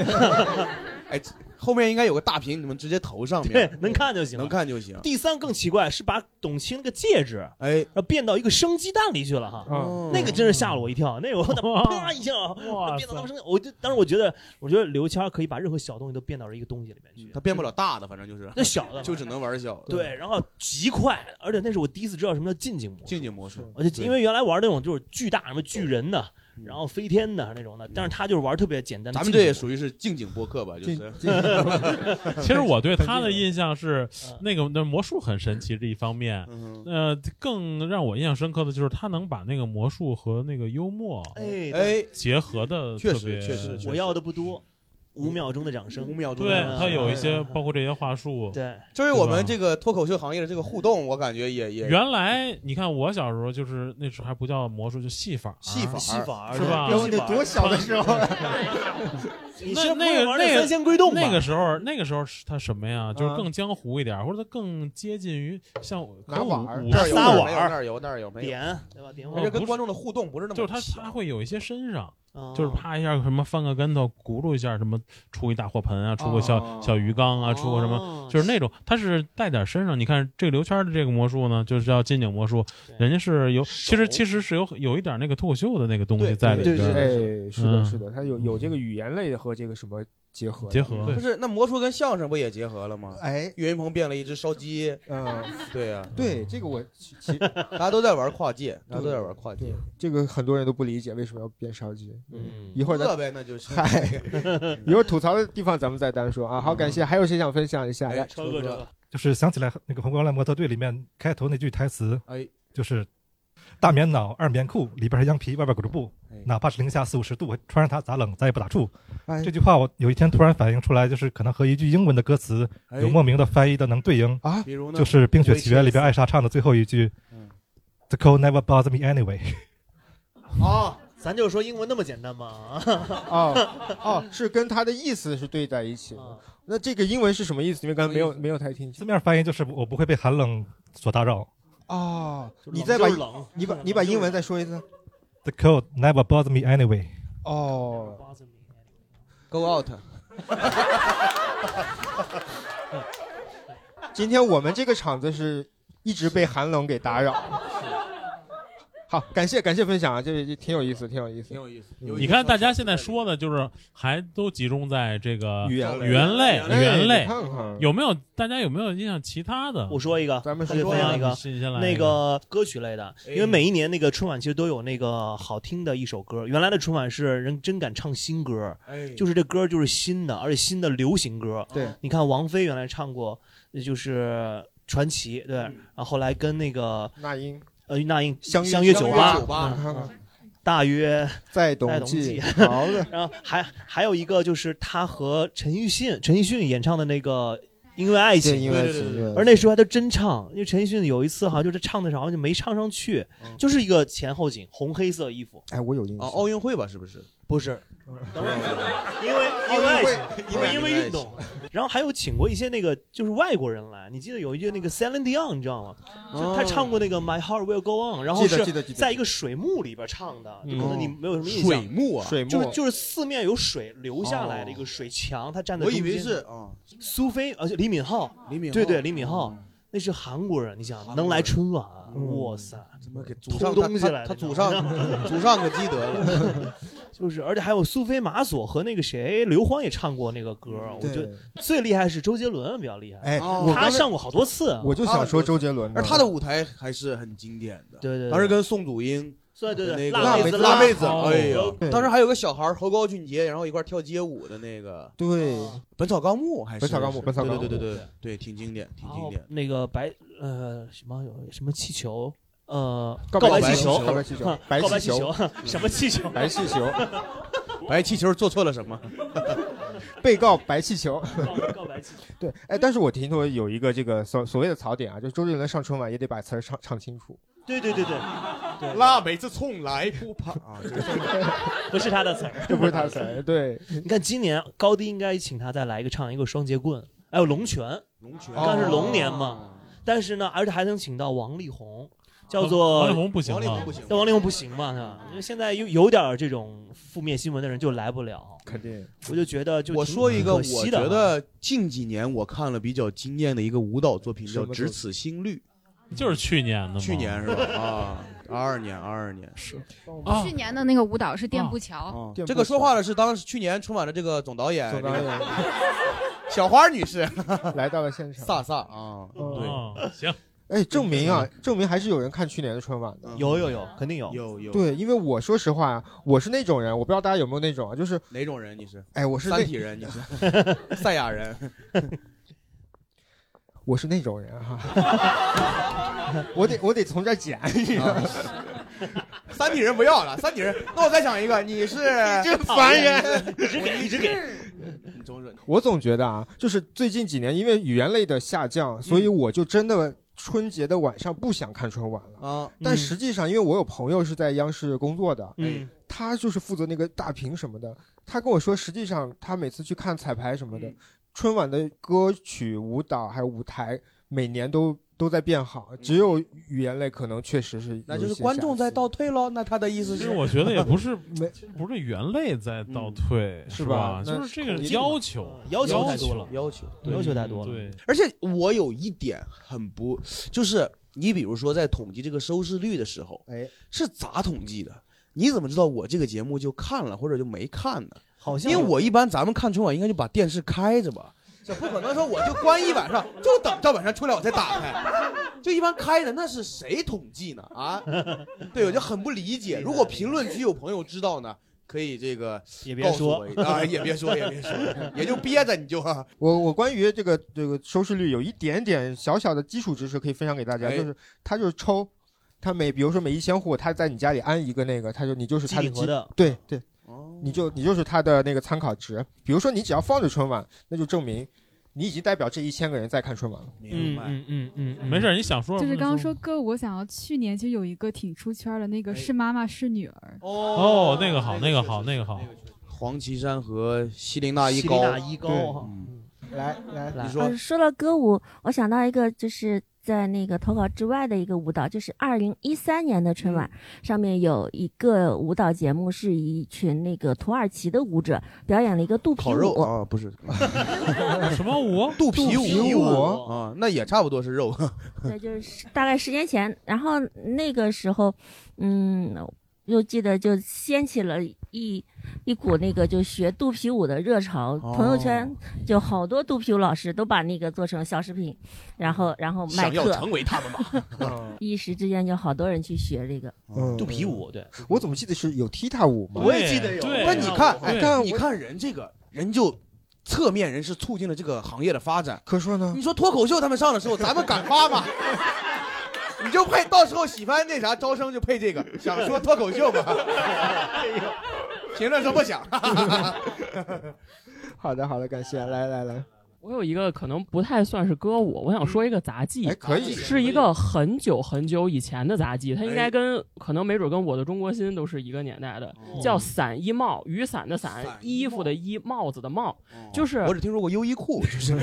哎，后面应该有个大屏，你们直接投上对面，，能看就行了。能看就行。第三更奇怪是把董卿那个戒指，然哎，后变到一个生鸡蛋里去了哈。啊，那个真是吓了我一跳，那个我他妈啪一下，哇变到他们生，我就当时我觉得，我觉得刘谦可以把任何小东西都变到一个东西里面去嗯他，变不了大的，反正就是那小的嘛就只能玩小的。对，然后极快，而且那是我第一次知道什么叫近景模式静静魔术，而且因为原来玩那种就是巨大什么巨人的嗯，然后飞天的那种的，但是他就是玩特别简单的咱竞们技。这也属于是静景播客吧，就进是进其实我对他的印象是嗯那个那魔术很神奇这一方面，嗯哼呃，更让我印象深刻的就是他能把那个魔术和那个幽默哎对哎，结合的确特实别，确实确实我要的不多，五秒钟的掌声五。秒钟，对嗯他有一些嗯嗯包括这些话术。对，这为我们这个脱口秀行业的这个互动，我感觉也也原来你看我小时候就是那时候还不叫魔术，就戏法儿，戏法戏儿法儿是吧哟，你多小的时 候，你那是不那个会玩那个三仙归洞吧嗯那个时候，那个时候是他什么呀？就是啊更江湖一点儿，或者他更接近于像拿碗儿武武这儿有术撒那儿有网那儿儿有那儿有没有？点对吧？点而火且不跟是观众的互动不是那么就是他巧他会有一些身上，哦啊哦就是啪一下什么翻个跟头，轱辘一下什么出一大火盆啊，出个小、哦小鱼缸啊，出个什么。么就是那种，他是带点身上。你看这个刘谦的这个魔术呢，就是叫金井魔术，对人家是有，其实其实是有有一点那个脱口秀的那个东西对在里对边对儿哎对，是的，嗯是的，他有有这个语言类的和这个什么结合的结合。不是那魔术跟相声不也结合了吗？哎，岳云鹏变了一只烧鸡，嗯，对呀， 对，这个我其其 大家都在玩跨界，大家都在玩跨界嗯对，这个很多人都不理解为什么要变烧鸡，嗯一会儿再饿呗，那就是。嗨，一会儿吐槽的地方咱们再单说啊。好，感谢，还有谁想分享一下？嗯哎来，超哥超超哥哥，就是想起来那个《红光蓝模特队》里面开头那句台词，哎，就是大棉袄，二棉裤，里边是羊皮，外边裹着布哎，哪怕是零下四五十度，穿上它咋冷咱也不打怵哎。这句话我有一天突然反应出来，就是可能和一句英文的歌词哎啊有莫名的翻译的能对应，比如呢，就是《冰雪奇缘》里边艾莎唱的最后一句嗯，“The cold never bothers me anyway”。啊，咱就说英文那么简单吗？哦哦，是跟他的意思是对在一起的。啊那这个英文是什么意思？因为刚才没有嗯什么意没有太听字清面翻译就是我不会被寒冷所打扰。哦，就是你冷再把就是冷，你把你把英文再说一次 The cold never bothers me anyway。哦。 go out， 今天我们这个场子是一直被寒冷给打扰。 好，感谢感谢分享啊，这这挺有意思，挺有意思挺。有意思。有嗯意思 你看大家现在说的，就是还都集中在这个语言类语言嗯类语哎语言你类，看看有没有大家有没有印象其他的？我说一个，咱们他是就分啊享一个。新鲜来那一个歌曲类的，哎因为每一年那个春晚其实都有那个好听的一首歌。原来的春晚是人真敢唱新歌，哎，就是是这歌就是新的，而且新的流行歌。对你看王菲原来唱过，就是。传奇，对，嗯然后后来跟那个那英呃那英相约相约相酒约吧，酒吧嗯嗯大约在董董 记好好的的。然后还还有一个就是他和陈奕迅，陈奕迅演唱的那个。因为爱情，对因为爱情对对对对对而那时候还都真唱，因为陈奕迅有一次好像就是唱的时候好像就没唱上去，嗯就是一个前后景，红黑色衣服，哦哎，我有印啊，奥运会吧，是不是？不是， 因为哦因为爱情，因为因为运动，然后还有请过一些那个就是外国人来，你记得有一句那个 Celine Dion 你知道吗？就他唱过那个 My Heart Will Go On，然后记得是记得记得在一个水幕里边唱的，就可能你没有什么印象。水幕啊，水幕就是就是四面有水流下来的一个水墙，他站在我以为中间是啊，苏菲，而且李敏镐，李敏镐对对，李敏镐，那是韩国人，你想能来春晚，嗯哇塞，怎么给祖上偷东西他来的？他祖上 祖上 可记得了，就是，而且还有苏菲玛索和那个谁刘欢也唱过那个歌儿，我嗯对觉得最厉害是周杰伦比较厉害，哎哦我他刚才上过好多次，啊我就想说周杰伦呢而他的舞台还是很经典的。对对对当时跟宋祖英。对对对那个辣妹子辣妹子，哦辣哎呀对，当时还有个小孩儿和高俊杰，然后一块儿跳街舞的那个，对，《本草纲目》还是本草纲目是本草纲目哦对对对对对，挺经典，挺然经后典。哦那个白呃什么有什么气球。呃，告白白气球，球告白 气球白白气气球什么气球？白气球白气球做错了什么？ 被告白气球，告白气球。 对，哎，但是我听说有一个这个所所谓的槽点啊，就周杰伦上春晚也得把词儿唱唱清楚。对对 对对，对辣妹子从来不怕啊，不是他的词儿，这不是他的词儿对，你看今年高低应该请他再来一个唱一个双截棍，还有龙泉，龙泉刚是龙年哦嘛，但是呢，而且还能请到王力宏，叫做啊王力宏不行啊王力宏不行但王力宏不行嘛，是吧？因为现在有有点这种负面新闻的人就来不了，肯定。我就觉 得就我挺说一个，我可惜的啊觉得近几年我看了比较惊艳的一个舞蹈作品，什叫《么作只品此心绿》，就是去年的吗？去年是吧？啊，二二年，二二年是啊哦去年的那个舞蹈是垫步桥，啊这个说话的是当时去年春晚的这个总导演，总导演这个 小花女士 来到了现场，哦飒飒啊，对，哦行。哎，证明啊，证明还是有人看去年的春晚的，有有有，肯定有嗯有有对，因为我说实话啊，我是那种人，我不知道大家有没有那种啊，就是哪种人？你是？哎我是那三体人，你 是赛亚人。我是那种人啊哈、 我得我得从这儿捡，你知道吗啊三体人不要了，三体人。那我再想一个，你是这烦人你是 给，一直给。你总是我总觉得啊，就是最近几年因为语言类的下降，所嗯以我就真的春节的晚上不想看春晚了。啊，但实际上，因为我有朋友是在央视工作的，嗯，他就是负责那个大屏什么的。他跟我说，实际上他每次去看彩排什么嗯的，春晚的歌曲、舞蹈还有舞台，每年都都在变好，只有语言类可能确实是有一些嗯那就是观众在倒退喽。那他的意思其是，实我 觉得也不是 没，不是原类在倒退，是吧吧？那就是这个肯定要求，嗯要求太多求了，嗯要求对要求太多了。对，而且我有一点很不，就是你比如说在统计这个收视率的时候，哎，是咋统计的？你怎么知道我这个节目就看了或者就没看呢？好像因为我一般咱们看春晚应该就把电视开着吧，这不可能说我就关一晚上，就等赵本山出来我再打开，就一般开着，那是谁统计呢？啊，对，我就很不理解。如果评论区有朋友知道呢，可以这个也别告诉说我啊，也别说，也 别说，也就憋着，你就啊我我关于这个这个收视率有一点点小小的基础知识可以分享给大家，哎就是他就是抽，他每比如说每一千户，他在你家里安一个那个，他就你就是他的机顶基盒的对对，你就你就是他的那个参考值。比如说你只要放着春晚，那就证明你已经代表这一千个人在看春晚了。嗯嗯嗯嗯，嗯没事，你想说就是刚刚说说歌舞，我想要去年其实有一个挺出圈的哎那个是妈妈是女儿，哦，那个好，那个好，那个好，黄绮珊和西林娜依希高，林娜依高对嗯哈来来你说呃，说到歌舞，我想到一个，就是在那个投稿之外的一个舞蹈，就是二零一三年的春晚、嗯上面有一个舞蹈节目，是一群那个土耳其的舞者表演了一个肚皮烤肉舞。啊，不 是什么舞？ 肚皮肚皮舞啊，那也差不多是肉。对，就是大概十年前，然后那个时候，嗯，又记得就掀起了一一股那个就学肚皮舞的热潮，朋友圈就好多肚皮舞老师都把那个做成小视频，然后然后卖课。想要成为他们 吧。一时之间就好多人去学这个。嗯，肚皮舞对，我怎么记得是有踢踏舞吗？我也记得有，哎对那你看，对哎，你看人这个人就侧面人是促进了这个行业的发展。可说呢，你说脱口秀他们上的时候，咱们敢发吗？ 你就配到时候喜欢那啥招生就配这个，想说脱口秀吗？ 评论说不想。 好的，好的，感谢，来来来，呃我有一个可能不太算是歌舞，我想说一个杂技，可以是一个很久很久以前的杂技，它应该跟可能没准跟《我的中国心》都是一个年代的，叫伞衣帽，雨伞的伞，衣服的衣，帽子的帽，就是我只听说过优衣库，就是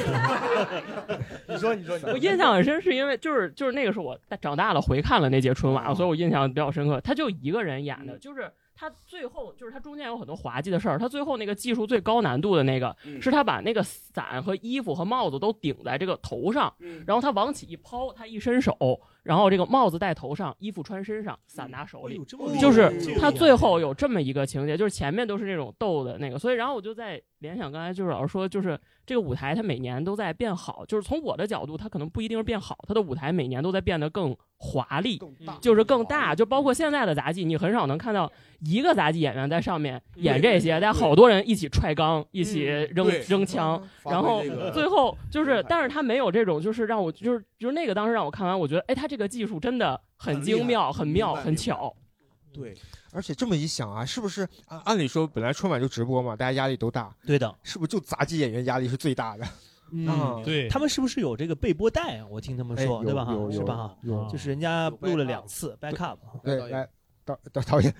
你说你说，你说我印象很深，是因为就是就是那个是我长大了回看了那届春晚，所以我印象比较深刻。他就一个人演的，就是他最后就是他中间有很多滑稽的事儿，他最后那个技术最高难度的那个嗯是他把那个伞和衣服和帽子都顶在这个头上，然后他往起一抛，他一伸手，然后这个帽子戴头上，衣服穿身上，伞拿哎手里，哦哦就是他最后有这么一个情节，就是前面都是那种逗的那个，所以然后我就在联想刚才就是老师说，就是这个舞台它每年都在变好，就是从我的角度，它可能不一定是变好，它的舞台每年都在变得更华丽，就是更大，就包括现在的杂技，你很少能看到一个杂技演员在上面演这些，对但好多人一起踹缸，一起扔嗯对嗯扔枪，发挥然后这个最后就是，但是他没有这种，就是让我就是就是那个当时让我看完，我觉得哎，他这个技术真的很精妙、很妙、很巧。对，而且这么一想啊，是不是按按理说本来春晚就直播嘛，大家压力都大，对的，是不是就杂技演员压力是最大的？嗯啊嗯他们是不是有这个备播带啊？我听他们哎说，有对吧？哈有，有是吧？哈有，就是人家录了两次 backup，对，来导导导演，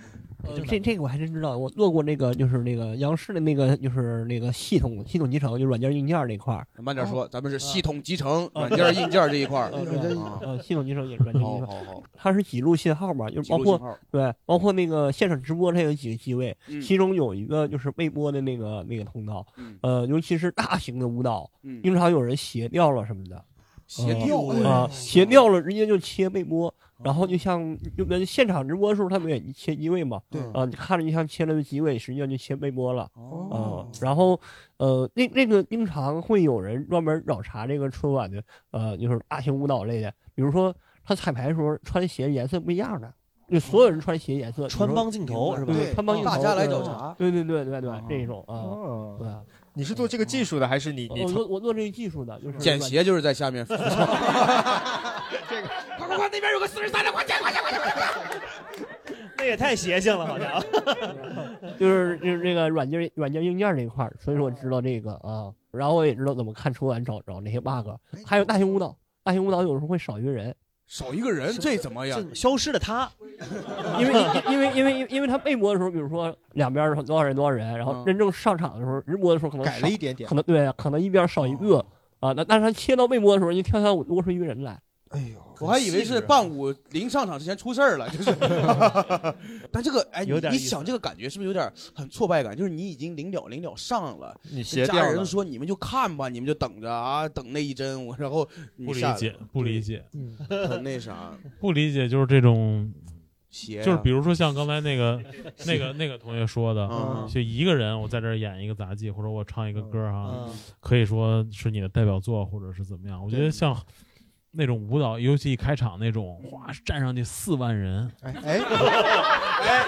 呃这这个我还真知道，我做过那个就是那个央视的那个就是那个系统系统集成，就软件硬件那块儿。慢点哦说，咱们是系统集成、软件、硬件这一块儿。啊呃，系统集成也是软件好集好好成，它是几路信号嘛，就是几路包括信号对，包括那个现场直播，它有几个机位嗯，其中有一个就是未播的那个那个通道嗯，呃，尤其是大型的舞蹈嗯，哎经常有人斜掉了什么的。斜掉了啊、斜掉了，直接就切未播，哦然后就像就跟现场直播的时候，他们也切机位嘛，对啊、你看着就像切了机位，实际上就切未播了，哦、然后呃，那那个经常会有人专门找茬这个春晚的，呃，就是大型舞蹈类的，比如说他彩排的时候穿鞋颜色不一样的。就所有人穿鞋颜色，嗯穿你说帮镜头是吧对，对穿帮镜头，大家来找对茬对对对嗯对对，这种啊，对啊。你是做这个技术的，还是你你哦我做我做这个技术的，就是剪鞋就是在下面。快快快，那边有个四十三的，快点快点快点快点！那也太邪性了，好像。 就是就是这个软件软件硬件这一块儿，所以说我知道这个啊，然后我也知道怎么看春晚找找那些 bug，还有大型舞蹈，大型舞蹈有时候会少一个人，少一个人，这怎么样？消失了他， 因为因为因为因为因为他备播的时候，比如说两边儿多少人多少人，然后真正上场的时候，直播的时候可能嗯改了少一点点哦可能对，可能一边少一个啊，那但是他切到备播的时候，你跳跳舞多出一个人来，哎我还以为啊是伴舞临上场之前出事儿了，就是。但这个哎，你有点你意思想这个感觉是不是有点很挫败感？就是你已经临了临了上了，你斜掉家了人说你们就看吧，你们就等着啊，等那一针，我然后你不理下解嗯来，不理解，很那啥，不理解就是这种鞋呀就是比如说像刚才那个那个那个同学说的嗯，就一个人我在这儿演一个杂技，或者我唱一个歌儿哈嗯，可以说是你的代表作，或者是怎么样。我觉得像那种舞蹈，尤其一开场那种，哗，站上去四万人， 哎，哎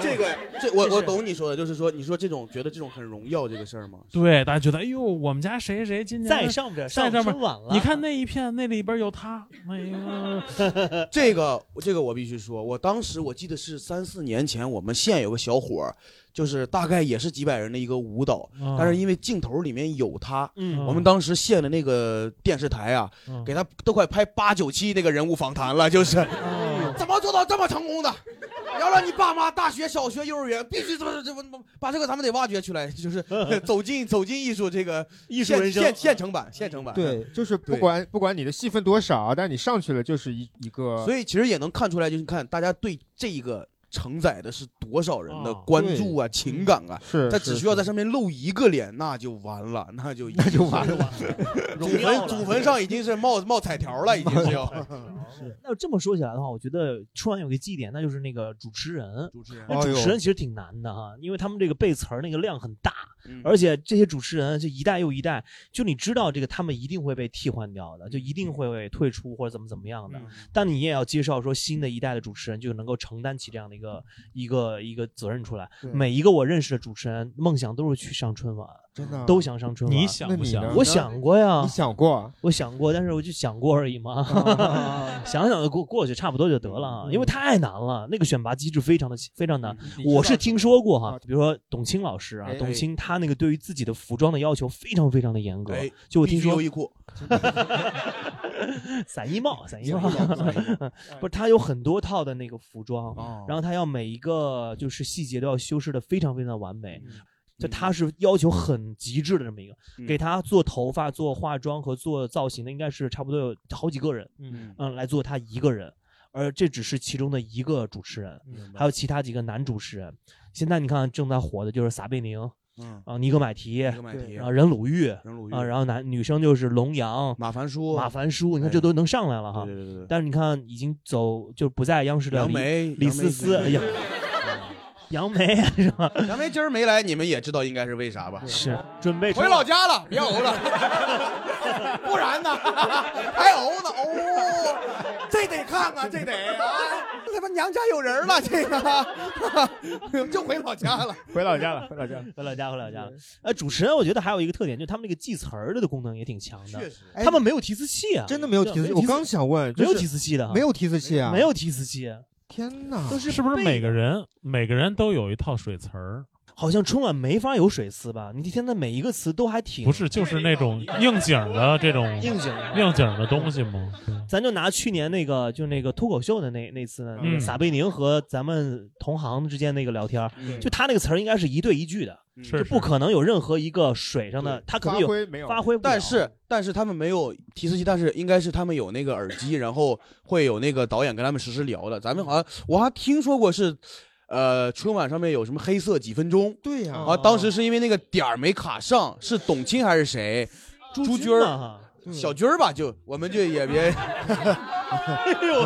这个这我就是我懂你说的，就是说你说这种觉得这种很荣耀这个事儿吗？对，大家觉得哎呦，我们家谁谁谁今年在上边在上上面春晚了你看那一片，那里边有他，哎呀， 这个这个我必须说，我当时我记得是三四年前，我们县有个小伙儿，就是大概也是几百人的一个舞蹈，啊但是因为镜头里面有他，嗯我们当时县的那个电视台啊，嗯给他都快拍八九期那个人物访谈了，就是。 怎么做到这么成功的？聊聊你爸妈大学、小学、幼儿园，必须这么这么把这个咱们得挖掘出来， 就是走进走进艺术这个艺术现人生现现成版现成版。对， 就是不对管不管你的戏份多少，但你上去了就是一一个，所以其实也能看出来，就是你看大家对这一个承载的是多少人的啊关注啊、情感啊。是他是只需要在上面露一个脸，那就完了，那就 那就完了。祖荣耀坟了祖坟上已经是冒冒彩条了，已经是要。 那这么说起来的话，我觉得春晚有个基点，那就是那个主持人。主持人那主哎持呦人其实挺难的哈，因为他们这个背词儿那个量很大嗯，而且这些主持人就一代又一代，就你知道这个他们一定会被替换掉的，就一定会被退出或者怎么怎么样的。但你也要接受说新的一代的主持人就能够承担起这样的一个一个一个责任出来对。每一个我认识的主持人梦想都是去上春晚。真的啊都想上春晚。你想不想那你呢我想过呀，你想过？我想过，但是我就想过而已嘛，想想就过过去，差不多就得了，啊因为太难了，那个选拔机制非常的非常难。我是听说过哈，比如说董卿老师啊哎，董卿她那个对于自己的服装的要求非常非常的严格哎，就我必须听说优衣库， 散衣帽，散衣帽散衣帽散衣帽，不是，他有很多套的那个服装，哦然后他要每一个就是细节都要修饰的非常非常的完美。就他是要求很极致的这么一个，嗯给他做头发、做化妆和做造型的，应该是差不多有好几个人，嗯来做他一个人，而这只是其中的一个主持人，还有其他几个男主持人。现在你看正在火的就是撒贝宁，嗯啊，尼格买提，格买提然后任鲁豫，任鲁豫啊，然后男女生就是龙阳、马凡舒、马凡舒，哎你看这都能上来了哈。对对对对但是你看已经走就不在央视的杨李梅李杨梅思思，已哎经呀，杨梅啊是吧？杨梅今儿没来，你们也知道应该是为啥吧？是准备回老家了，别熬了，不然呢 还熬呢？哦， 这得看啊， 这得啊，他妈娘家有人了，这个 就 回老家了。回老家了回老家了 回老家，回老家了。呃，主持人我觉得还有一个特点，就是他们那个记词儿的功能也挺强的。确实他们没有提词器啊，真的没有提没词器，我刚想问，没有就是提词器的哈，没有提词器啊，没有提词器。天哪，都是是不是背每个人每个人都有一套水词儿？好像春晚没法有水词吧？你现在每一个词都还挺不是，就是那种应景的这种应景的应景的东西吗？咱就拿去年那个就那个脱口秀的那那次呢，那个嗯撒贝宁和咱们同行之间那个聊天儿，嗯就他那个词儿应该是一对一句的，是就不可能有任何一个水上的，他可能有嗯发挥不了啊但是但是他们没有提示器，但是应该是他们有那个耳机，然后会有那个导演跟他们实时聊的。咱们好像我还听说过是，呃，春晚上面有什么黑色几分钟？对呀啊，当时是因为那个点儿没卡上，是董卿还是谁？朱军军儿嘛，小军儿吧，就我们就 也别。哎呦，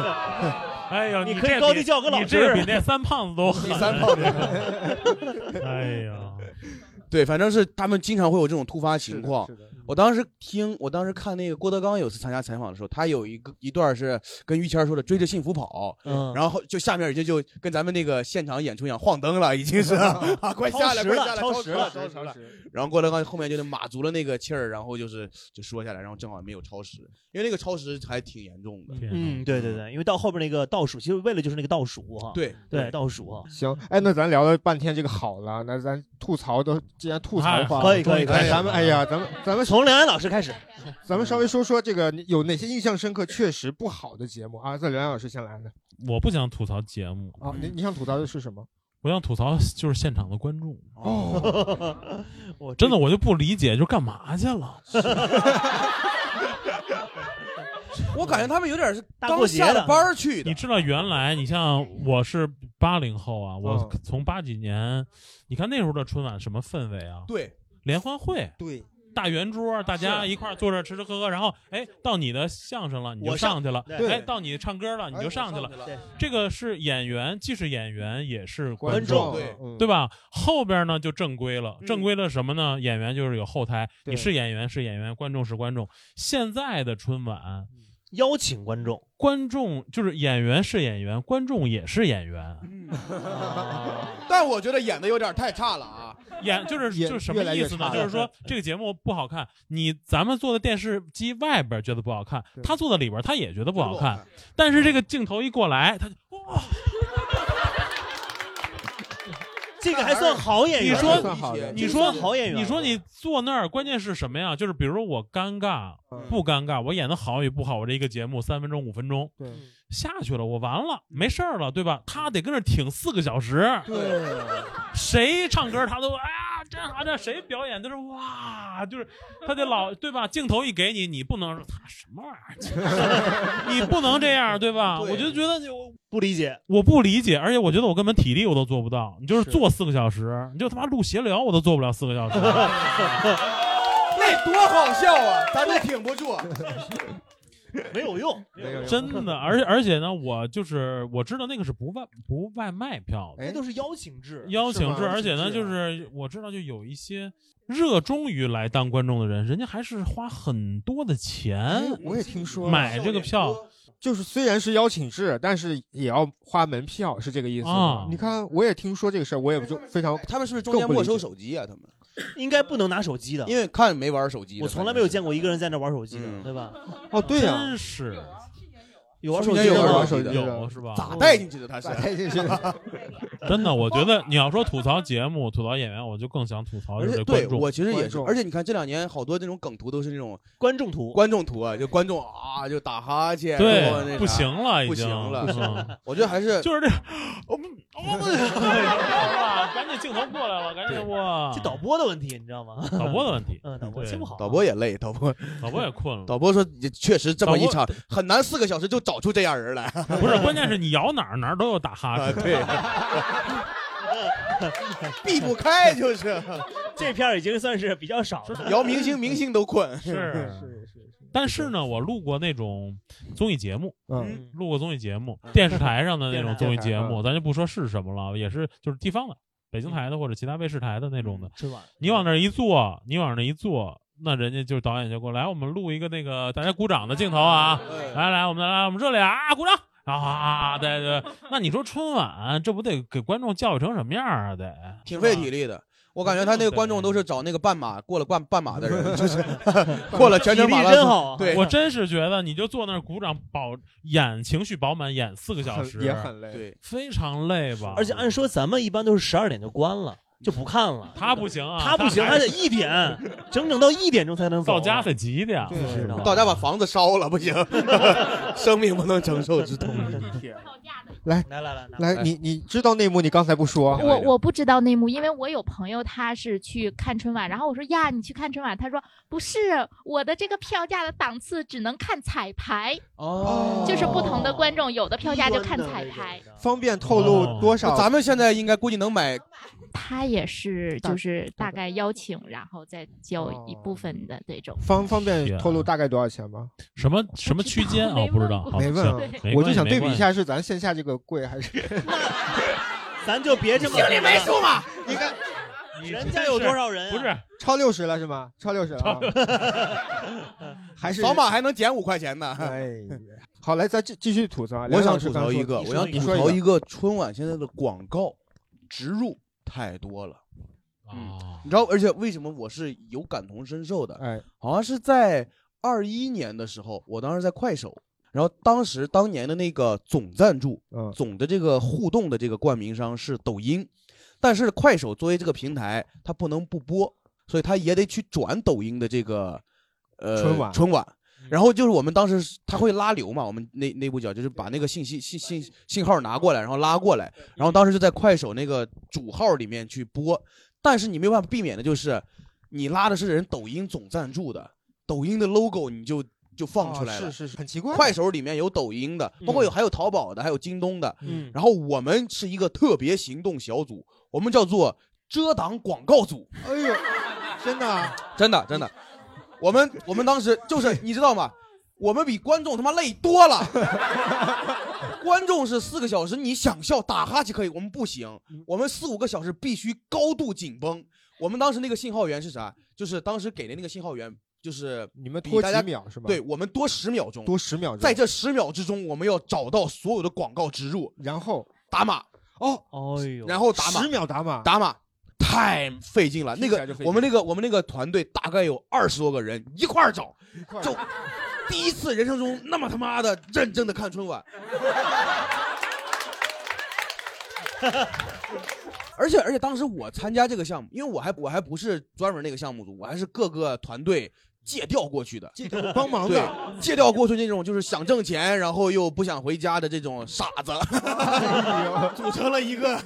哎呦，你你可以这高比低叫个老你这师比那三胖子都狠。三胖子 哎呀，对，反正是他们经常会有这种突发情况。我当时听，我当时看那个郭德纲有次参加采访的时候，他有一个一段是跟于谦儿说的追着幸福跑，嗯然后就下面已经就跟咱们那个现场演出一样晃灯了，已经是啊， 快下超来，时快了下来，超超时了超时超了时。然后郭德纲后面就是码足了那个气儿，然后就是就说下来，然后正好没有超时，因为那个超时还挺严重的。嗯，对对对，因为到后边那个倒数，其实为了就是那个倒数哈，对对，倒数 啊哈。行，哎，那咱聊了半天这个好了，那咱吐槽都既然吐啊槽的话，哎可以可以可以咱们哎呀，咱们咱们从梁安老师开始， 咱们稍微说说这个有哪些印象深刻、确实不好的节目啊？这梁安老师先来呢我不想吐槽节目啊，嗯你你想吐槽的是什么？我想吐槽就是现场的观众。哦，我真的我就不理解，就干嘛 去了？我感觉他们有点是大刚下了班儿去的你。知道原来你像我是八零后啊，我从八几年，你看那时候的春晚什么氛围啊？对，联欢会，对，大圆桌，大家一块儿坐着吃吃喝喝，然后哎，到你的相声了你就我上上去了，对哎，到你唱歌了你就上去了上去了，这个是演员，既是演员也是观众，众对嗯对吧？后边呢就正规了，嗯正规了什么呢？演员就是有后台，对你是演员是演员，观众是观众。现在的春晚。邀请观众，观众就是演员是演员，观众也是演员，但我觉得演的有点太差了啊， 演就是演就是什么越来意越思差呢？了就是说这个节目不好看，你咱们坐在电视机外边觉得不好看，他坐在里边他也觉得不好看，但是这个镜头一过来，他就这个还算好演员，啊你说你这个说算好演员，啊你说你坐那儿，关键是什么呀？就是比如说我尴尬不尴尬，我演的好与不好，我这一个节目三分钟五分钟，嗯对，下去了，我完了，没事儿了，对吧？他得跟那儿挺四个小时，对，谁唱歌他都哎呀，这好这谁表演都是哇，就是他得老对吧？镜头一给你，你不能说他什么玩意儿，你不能这样对吧？我就觉得我不理解，我不理解，而且我觉得我根本体力我都做不到，你就是坐四个小时，你就他妈录闲聊我都做不了四个小时。 哎那多好笑啊，咱都挺不住。没有用，没有真的，而且而且呢，我就是我知道那个是不外不外卖票 的，这都是邀请制，邀请制，而且呢，就是啊是我知道就有一些热衷于来当观众的人，人家还是花很多的钱哎，我也听说买这个票，就是虽然是邀请制，但是也要花门票，是这个意思吗啊哎你看，我也听说这个事儿，我也不就非常 他们是不是中间没收手机啊？他们应该不能拿手机的，因为看没玩手机的我从来没有见过一个人在那玩手机嗯的，对吧？哦，对呀、真是有玩去手年机有的人吗，玩手机的有是吧咋带进去的？他是咋带进去 的？真的，我觉得你要说吐槽节目、吐槽演员，我就更想吐槽而就且是对观众。我其实也是，而 且你看这两年好多那种梗图都是那种观众图，观众图啊，就观众啊就打哈欠，对然后那啥不行了已不经行嗯了。我觉得还是 就是这，我们我们赶紧镜头过来了，赶紧哎哇！这导播的问题，你知道吗？ 导播的问题，嗯，导播对切不好。导播也累，导播导播也困了。导播说也确实这么一导场很难，四个小时就找出这样人 来。不是，关键是你摇哪儿哪儿都有打哈欠。啊对，避不开就是。 这片儿已经算是比较少了。摇明星，明星都困。 是但是呢，我录过那种综艺节目，嗯，录过综艺节目，电视台嗯上的那种综艺节电台目，咱就不说是什么了，也是就是地方的，北京台的或者其他卫视台的那种的。春晚你往那儿一坐，你往那儿一坐，那人家就导演就过来，我们录一个那个大家鼓掌的镜头啊，来来，我们来我们热烈啊，鼓掌。啊，对对，那你说春晚这不得给观众教育成什么样啊？得挺费体力的。我感觉他那个观众都是找那个半马过了半半马的 人， 就是 过了全程马拉松。啊对，我真是觉得你就坐那儿鼓掌饱，演情绪饱满，演四个小时对，非常累吧？而且按说咱们一般都是十二点就关了，就不看了。他不行啊，他不行，还还得一点，整整到一点钟才能走。到家得几点？啊是的到家把房子烧了不行，生命不能承受之痛。 来来来来来，你你知道内幕，你刚才不说，我我不知道内幕，因为我有朋友他是去看春晚，然后我说呀，你去看春晚，他说不是，我的这个票价的档次只能看彩排，哦，就是不同的观众有的票价就看彩排，方便透露多少？咱们现在应该估计能买他也是就是大概邀请，然后再交一部哦分的这种。方方便透露大概多少钱吗？什么什么区间啊？不知道，好没问行啊没，我关就系想没对比关一系下，是咱线下这个贵还是？咱就别这么心里没数嘛。 你看，人家有多少人啊不是超六十了是吗？超六十了啊，还是扫码还能减五块钱呢。哎， 好，来咱继继续吐槽。啊我梁想老师吐刚槽说一个，你我说想你吐说槽一个春晚现在的广告植入太多了。嗯，你知道，而且为什么我是有感同身受的？哎，好像是在二一年的时候，我当时在快手，然后当时当年的那个总赞助，嗯总的这个互动的这个冠名商是抖音，但是快手作为这个平台，它不能不播，所以它也得去转抖音的这个呃春晚春晚。然后就是我们当时是他会拉流嘛，我们内内部角就是把那个信息信信信号拿过来，然后拉过来，然后当时就在快手那个主号里面去播，但是你没有办法避免的就是，你拉的是人抖音总赞助的，抖音的 logo 你就就放出来了，哦是是是很奇怪快手里面有抖音的，包括嗯有还有淘宝的，还有京东的，嗯然后我们是一个特别行动小组，我们叫做遮挡广告组，哎呦，真的啊，真的真的，我们我们当时就是你知道吗？我们比观众他妈累多了， 观众是四个小时，你想笑打哈欠可以，我们不行，嗯我们四五个小时必须高度紧绷。我们当时那个信号源是啥？就是当时给的那个信号源，就是你们比拖大几家秒是吧对我们多十秒钟，多十秒钟在这十秒之中，我们要找到所有的广告植入，然后打码哦，哎呦，然后打码十秒打码，打码太费劲了。那听起来个就费劲我们那个我们那个团队大概有二十多个人一块儿找，块儿就第一次人生中那么他妈的认真的看春晚。 而且而且当时我参加这个项目，因为我还我还不是专门那个项目组，我还是各个团队借调过去的，借调帮忙的对借调过去那种就是想挣钱，然后又不想回家的这种傻子， 组成了一个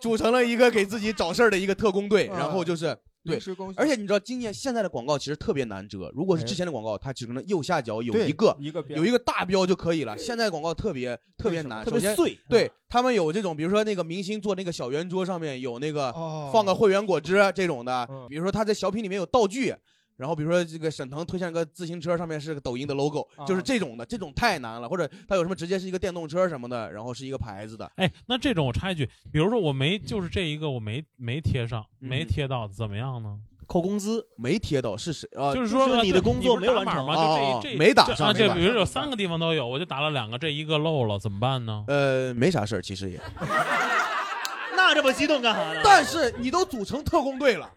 组成了一个给自己找事儿的一个特工队，然后就是。对临时工，而且你知道，今年现在的广告其实特别难遮。如果是之前的广告，它只可能右下角有对一个一个标有一个大标就可以了。现在广告特别特别难，特别首先碎对他们有这种，比如说那个明星做那个小圆桌上面有那个哦放个会员果汁这种的，比如说他在小品里面有道具。然后比如说这个沈腾推荐个自行车，上面是个抖音的 logo，就是这种的，这种太难了。或者他有什么直接是一个电动车什么的，然后是一个牌子的，哎，那这种我插一句，比如说我没，就是这一个我没没贴上，嗯没贴到，怎么样呢？扣工资没贴到是谁啊？就是说就是你的工作没有完成成吗？哦就这哦这没打这上啊没这打比如上有三个地方都有，我就打了两个，这一个漏了，怎么办呢？呃，没啥事儿，其实也。 那这么激动干啥呢？ 但是你都组成特工队了，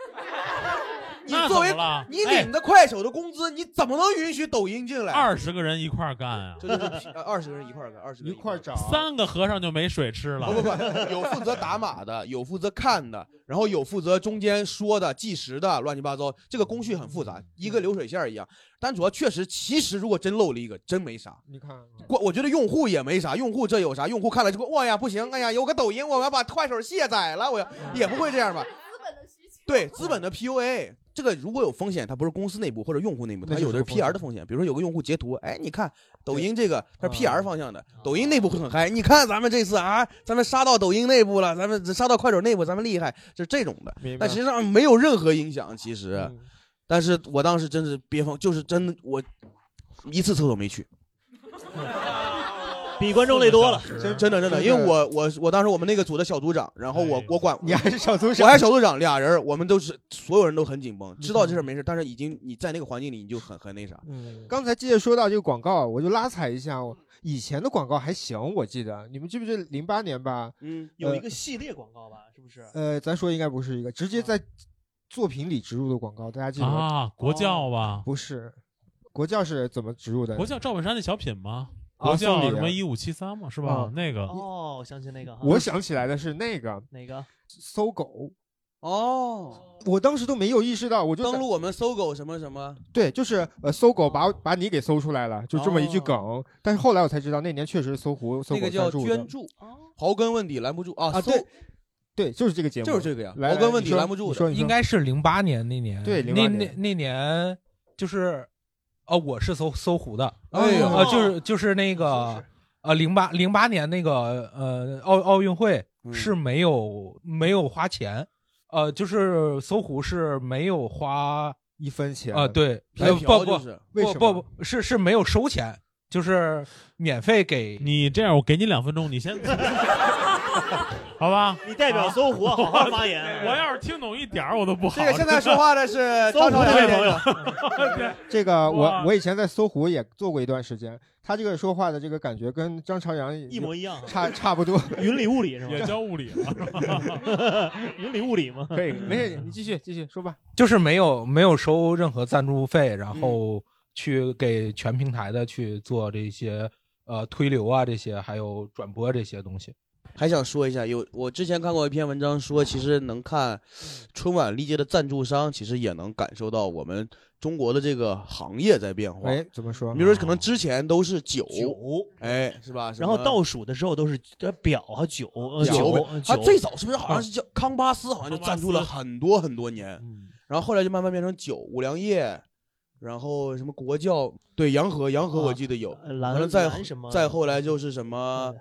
你那作为怎么了哎你领着快手的工资，你怎么能允许抖音进来？二十个人一块儿干啊，这就是呃二十个人一块儿干，二十一块 找啊三个和尚就没水吃了。不不不，有负责打码的，有负责看的，然后有负责中间说的、计时的，乱七八糟，这个工序很复杂，一个流水线儿一样。但主要确实，其实如果真漏了一个，真没啥。你看，关我觉得用户也没啥，用户这有啥？用户看了之后，哇呀，不行，哎呀，有个抖音，我要把快手卸载了，我要嗯也不会这样吧？对资本的 PUA，这个如果有风险，它不是公司内部或者用户内部，它那有是的是什么风 PR 险嗯的风险。比如说有个用户截图，哎，你看抖音这个，它是 PR 方向的，抖音内部会很嗨。你看咱们这次啊，咱们杀到抖音内部了，咱们杀到快手内部，咱们厉害，是这种的明白。嗯但实际上没有任何影响，其实。但是我当时真是憋疯，就是真的，我一次厕所没去。比观众累多了 真真的真的，因为我我我当时我们那个组的小组长，然后我我管哎你还是小组嗯长，我还是小组长，俩人，我们都是所有人都很紧绷，知道这事儿没事，但是已经你在那个环境里你就很很那啥，嗯刚才接着说到这个广告，啊我就拉踩一下。我以前的广告还行，我记得你们记不记得零八年吧？嗯有一个系列广告吧，是不是？呃，咱说应该不是一个直接在作品里植入的广告，大家记得吗哦啊国教吧不是，国教是怎么植入的？国教赵本山那小品吗？啊国教送礼啊什么一五七三嘛，是吧啊？那个哦，我想起那个哈，我想起来的是那个哪个搜狗，哦，我当时都没有意识到，我就在登录我们搜狗什么什么，对，就是呃，搜狗把把你给搜出来了，就这么一句梗。但是后来我才知道，那年确实是搜狐搜那狗个叫赞助的捐助，哦刨根问底拦不住啊，啊，搜对，对，就是这个节目，就是这个呀来刨根来问底你说拦不住你的说你说应该是零八年那年，对哎那08那那年就是，哦，我是搜搜狐的，哎呦呃，就是就是那个，呃，零八零八年那个呃奥奥运会是没有没有花钱，呃，就是搜狐是没有花一分钱啊，对，白呃嫖不就不是为不什不不是是没有收钱，就是免费给你这样，我给你两分钟，你先，好吧？你代表搜狐好好发言 我要是听懂一点儿，我都不好。这个现在说 话的是张朝阳先生， 这个我 哇我以前在搜狐也做过一段时间，他这个说话的这个感觉跟张朝阳一一模一样差差不多。 云里雾里是吗？ 也教物理了，是 吧？云里雾里吗？可以，没事，你继续继续说吧。 就是没有没有收任何赞助费，然嗯后去给全平台的去做这些呃推流啊这些，还有转播这些东西。还想说一下，有我之前看过一篇文章说，其实能看春晚历届的赞助商，其实也能感受到我们中国的这个行业在变化。哎，怎么说？你比如说，可能之前都是酒，酒哎，是吧？然后倒数数的时候都是呃表啊酒呃嗯酒酒，，他酒最早是不是好像是叫康巴斯，好像就赞助了很多很多年，然后后来就慢慢变成酒、五粮液，然后什么国窖，对，洋河，洋河我记得有，呃蓝可能再蓝什么再后来就是什么，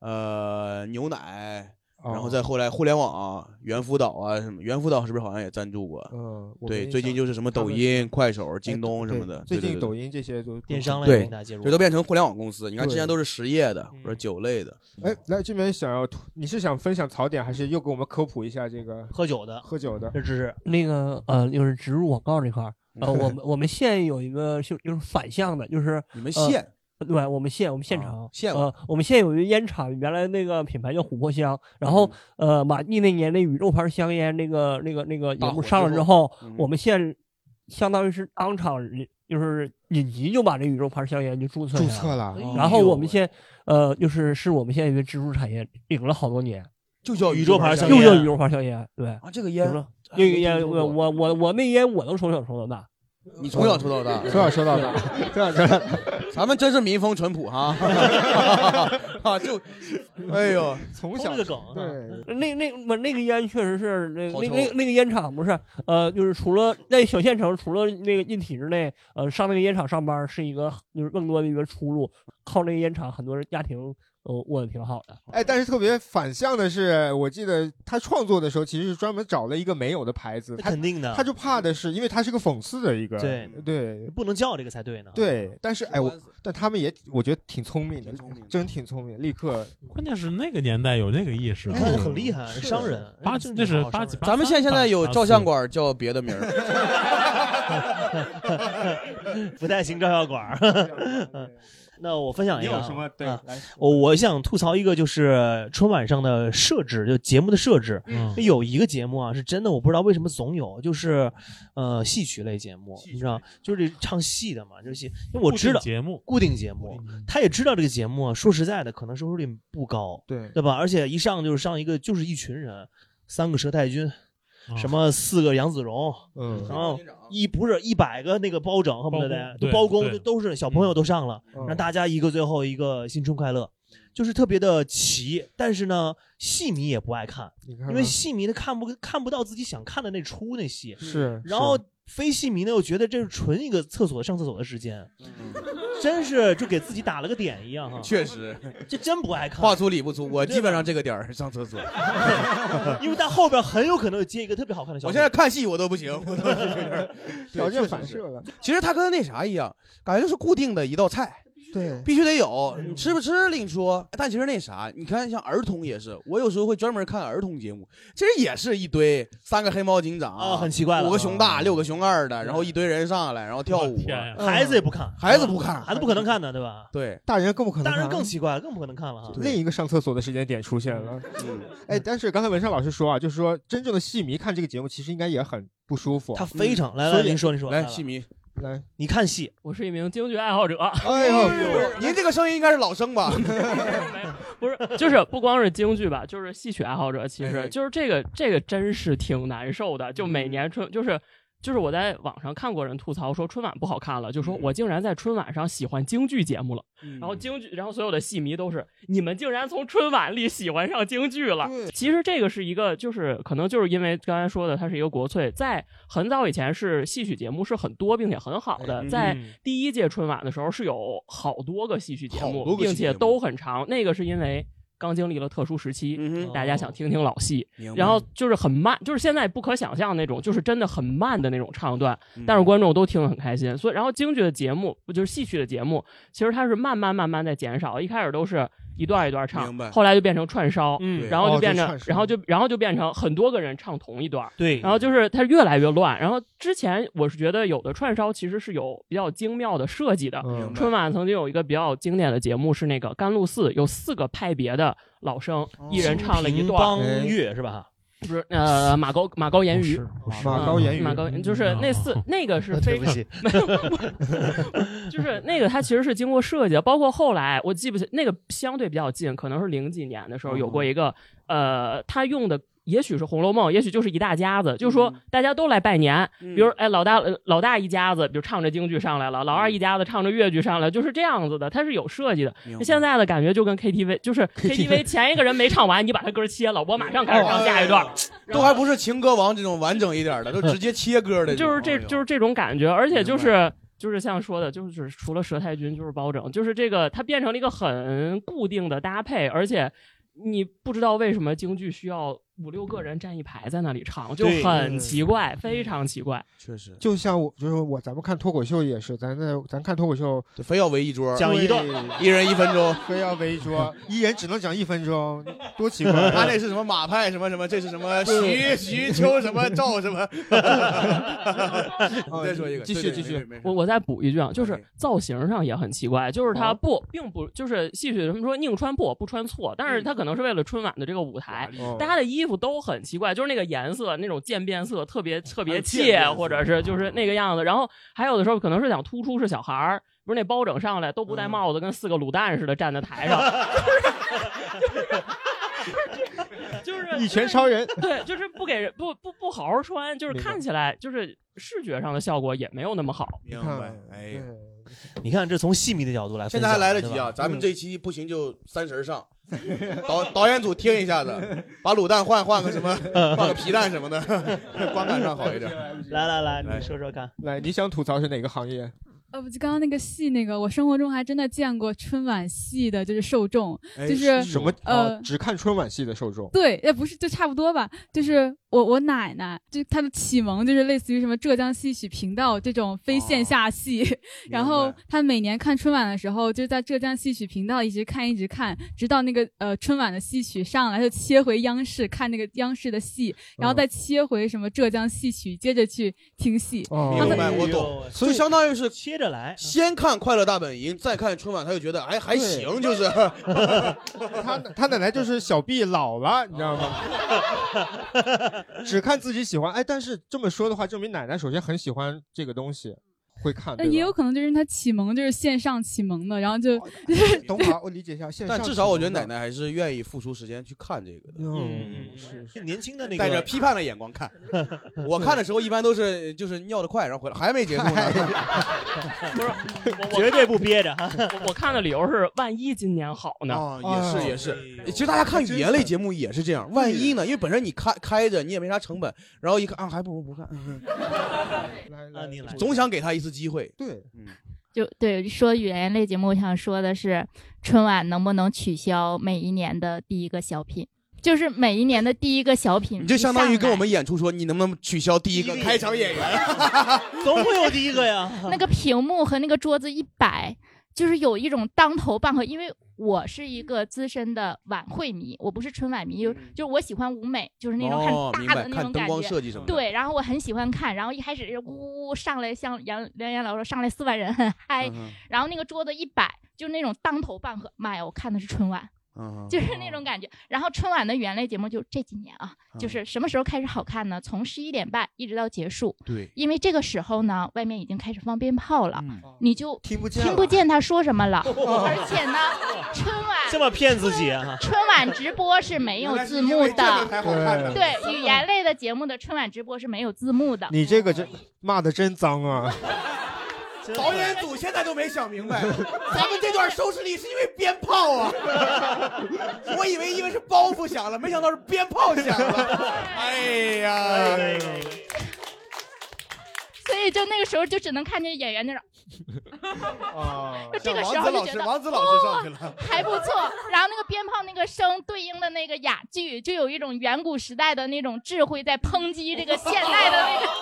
呃，牛奶。然后再后来，互联网、猿辅导啊，什么猿辅导是不是好像也赞助过？嗯我没对，印象最近就是什么他抖们音、快手、京东对什么的，最对对对近抖音这些都电商类对平台介入，这都变成互联网公司。你看之前对都是实业的或者酒类的，哎，来这边想要吐，你是想分享槽点，还是又给我们科普一下这个喝酒的？喝酒的，这只是那个呃，就是植入广告这块儿，呃，嗯我们我们县有一个就就是反向的，就是你们呃县对，我们县我们县城县呃，我们县有一个烟厂，原来那个品牌叫琥珀香，然后呃，马季那年那宇宙牌香烟那个那个那个大节目火上之了之后后，我们县相当于是当场就是紧急就把这宇宙牌香烟就注册注下来册了然后我们县呃就是是我们县一个支柱产业，领了好多年，就叫宇宙牌香又叫烟宇宙牌香烟，对啊这个烟行了还这没个烟听我说我我我那烟我能从小抽到大。你从小抽到大， 从小抽到大从小抽到大，咱们真是民风淳朴哈， 啊就， 哎 呦，从小这个梗对，呃那那不那个烟确实是那啊好那抽啊那那个烟厂不是呃，就是除了在小县城，除了那个一体制内，呃，上那个烟厂上班是一个就是更多的一个出路，靠那个烟厂，很多人家庭呃过得挺好的。哎，但是特别反向的是，我记得他创作的时候，其实是专门找了一个没有的牌子，他肯定的他就怕的是，因为他是个讽刺的一个，对对不能叫这个才对呢。对，但是哎，我但他们也我觉得挺聪明的，真挺聪明，立 刻关键是那个年代有那个意识，那嗯很厉害商人哎哎八这那是八几，咱们县现在有照相馆叫别的名儿， 不太行照相馆儿。 那我分享一个啊，你有什么对啊来我我想吐槽一个，就是春晚上的设置，就节目的设置。嗯有一个节目啊，是真的，我不知道为什么总有，就是呃戏曲类节目，你知道，就是这唱戏的嘛，就是戏。因为我知道固定节目固定节目，嗯他也知道这个节目啊，说实在的，可能收视率不高，对对吧？而且一上就是上一个就是一群人，三个佘太君。什么四个杨子荣，啊嗯然后一不是一百个那个包拯，恨不得得都包包公公对就都是小朋友都上了，嗯让大家一个最后一个新春快乐，就是特别的齐。但是呢，戏迷也不爱看，看因为戏迷他看不看不到自己想看的那出那戏，是然后非戏迷呢又觉得这是纯一个厕所上厕所的时嗯间， 真是就给自己打了个点一样哈。确实，这真不爱看。话粗理不粗，我基本上这个点儿 上厕所。嗯因为到后边很有可能接一个特别好看的小我品。现在看戏我都不行，我都是这样条件对确实反是射了其实它跟那啥一样，感觉就是固定的一道菜。 对，必须得有，你吃不吃另说。但其实那啥，你看像儿童也是，我有时候会专门看儿童节目，其实也是一堆三个黑猫警长啊很奇怪了五个熊大，六个熊二的，然后一堆人上来，然后跳舞嗯天呀，嗯孩子也不看，孩子不看，孩子不可能看的，对吧？对，大人更不可能看，大人更奇怪，更不可能看了哈。另一个上厕所的时间点出现了。嗯，哎，但是刚才文胜老师说啊，就是说真正的戏迷看这个节目，其实应该也很不舒服。啊嗯他非常来来所以您说您说来来戏迷来，你看戏，我是一名京剧爱好者。哎呦，您这个声音应该是老生 吧？不是，就是不光是京剧吧，就是戏曲爱好者，其哎嗯实就是这个这个真是挺难受的。就每年春，就是就是我在网上看过人吐槽说春晚不好看了，就嗯说我竟然在春晚上喜欢京剧节目了。然后京剧，然后所有的戏迷都是你们竟然从春晚里喜欢上京剧了。其实这个是一个，就是可能就是因为刚才说的，它是一个国粹，在很早以前是戏曲节目是很多并且很好的，哎嗯在第一届春晚的时候是有好多个戏曲节好目，多个戏并曲节且目都很长。那个是因为刚经历了特殊时期，大家想听听老戏嗯明，白然后就是很慢，就是现在不可想象那种，就是真的很慢的那种唱段嗯，但是观众都听得很开心。所以，然后京剧的节目，不就是戏曲的节目，其实它是慢慢慢慢在减少，一开始都是。一段一段唱明白，后来就变成串烧，嗯然后哦就变就成，串烧然后就然后就变成很多个人唱同一段，对然后就是它越来越乱。然后之前我是觉得有的串烧其实是有比较精妙的设计的，嗯春晚曾经有一个比较经典的节目是那个甘露寺有四个派别的老生，哦一人唱了一段帮乐是吧？不是，呃，马高马高言语，马高言语嗯嗯马高就是那四那个是对非不常起，没有，就是那个它其实是经过设计的，包括后来我记不起那个相对比较近，可能是零几年的时候有嗯过一个，呃，他用的。也许是《红楼梦》，也许就是一大家子，就嗯说大家都来拜年。比如，哎，老大呃老大一家子，比如唱着京剧上来了，老嗯二一家子唱着越剧上来了，就是这样子的，它是有设计的明。白现在的感觉就跟 KTV，就是 KTV 前一个人没唱完，你把他歌切了，我马上开始唱下一哎段。 都还不是情歌王这种完整一点 的，都直接切歌的。就是这就是这种感觉，而且就是就是像说的，就是除了佘太君就是包拯，就是这个它变成了一个很固定的搭配，而且你不知道为什么京剧需要五六个人站一排在那里唱，就对很奇怪，非常奇怪。确实，就像我，就是我，咱们看脱口秀也是，咱在咱看脱口秀，非要围一桌，讲一段一人一分钟，非要围一桌，一人只能讲一分钟，多奇怪！啊他那是什么马派什么什么，这是什么徐徐秋什么赵什 么。哦再说一个，继续对继续。对没事没事我我再补一句啊，就是造型上也很奇怪，就是它不并不就是戏曲他们说宁穿破不穿错，但是它可能是为了春晚的这个舞台，大家的衣服都很奇怪，就是那个颜色那种渐变色特别特别渐变切，色或者是就是那个样子。然后还有的时候可能是想突出是小孩儿，不是那包拯上来都不戴帽子，跟四个卤蛋似的站在台上，就是一拳超人 对，就是不给人不不不好好穿，就是明白看起来就是视觉上的效果也没有那么好。明白哎呀，你看这从戏迷的角度来分现享，在还来得及对吧啊！咱们这期不行就三十儿上，导导演组听一下子，把卤蛋换换个什么，换个皮蛋什么的， 观感上好一点。来来来，来你说说看，来，你想吐槽是哪个行业？呃，不就刚刚那个戏那个，我生活中还真的见过春晚戏的，就是受众，哎就是什么？呃哦，只看春晚戏的受众。对，也不是，就差不多吧。就是我我奶奶就她的启蒙就是类似于什么浙江戏曲频道这种非线下戏， 然后她每年看春晚的时候，就在浙江戏曲频道一直看一直看，直到那个呃春晚的戏曲上来，就切回央视看那个央视的戏，然后再切回什么浙江戏曲，接着去听戏。然后哦明白，她我懂，所以相当于是切着来，先看《快乐大本营》，再看春晚，他就觉得哎还行，就是 他他奶奶就是小毕老了，你知道吗？只看自己喜欢，哎，但是这么说的话，证明奶奶首先很喜欢这个东西，会看。那对吧呃也哎有可能就是她启蒙就是线上启蒙的，然后就懂吧？我理解一下线上但启蒙的。至少我觉得奶奶还是愿意付出时间去看这个的，嗯是是年轻的那个带着批判的眼光 看。我看的时候一般都是就是尿得快，然后回来啊还没结束呢。 绝对不憋着。我看的理由是，万一今年好呢？啊，哦也是也是，哎其实大家看语言类节目也是这样，万一呢？因为本身你开开着，你也没啥成本，然后一看啊，还不如不看，啊，你来，总想给他一次机会。对，就对说语言类节目，我想说的是，春晚能不能取消每一年的第一个小品？就是每一年的第一个小品，你就相当于一嗯上跟我们演出说，你能不能取消第一个开场演员？ 总会有第一个呀。那个屏幕和那个桌子一摆，就是有一种当头棒喝。因为我是一个资深的晚会迷，我不是春晚迷，就就是我喜欢舞美，就是那嗯哦种很明大白的那看种灯感光觉。设计什么的对，然后我很喜欢看，然后一开始呜呜上来，像杨梁岩老师上来四万人， 很嗨、嗯哼然后那个桌子一摆，就那种当头棒喝。妈呀，我看的是春晚。嗯就是那种感觉。然后春晚的原类节目就这几年啊，嗯就是什么时候开始好看呢？从十一点半一直到结束。 对因为这个时候呢，外面已经开始放鞭炮了，你就听不见了听不见他说什么了。哦而且呢，春晚这么嗯骗自己啊！春晚直播是没有字幕的，对语言类的节目的春晚直播是没有字幕的。你这个真骂的真脏啊！导演组现在都没想明白， 咱们这段收视率是因为鞭炮啊！ 我以为因为是包袱响了，没想到是鞭炮响了。哎呀，所以就那个时候就只能看见演员那种， 啊就这个时候就觉得了哦、还不错。然后那个鞭炮那个声对应的那个哑剧，就有一种远古时代的那种智慧在抨击这个现代的那个。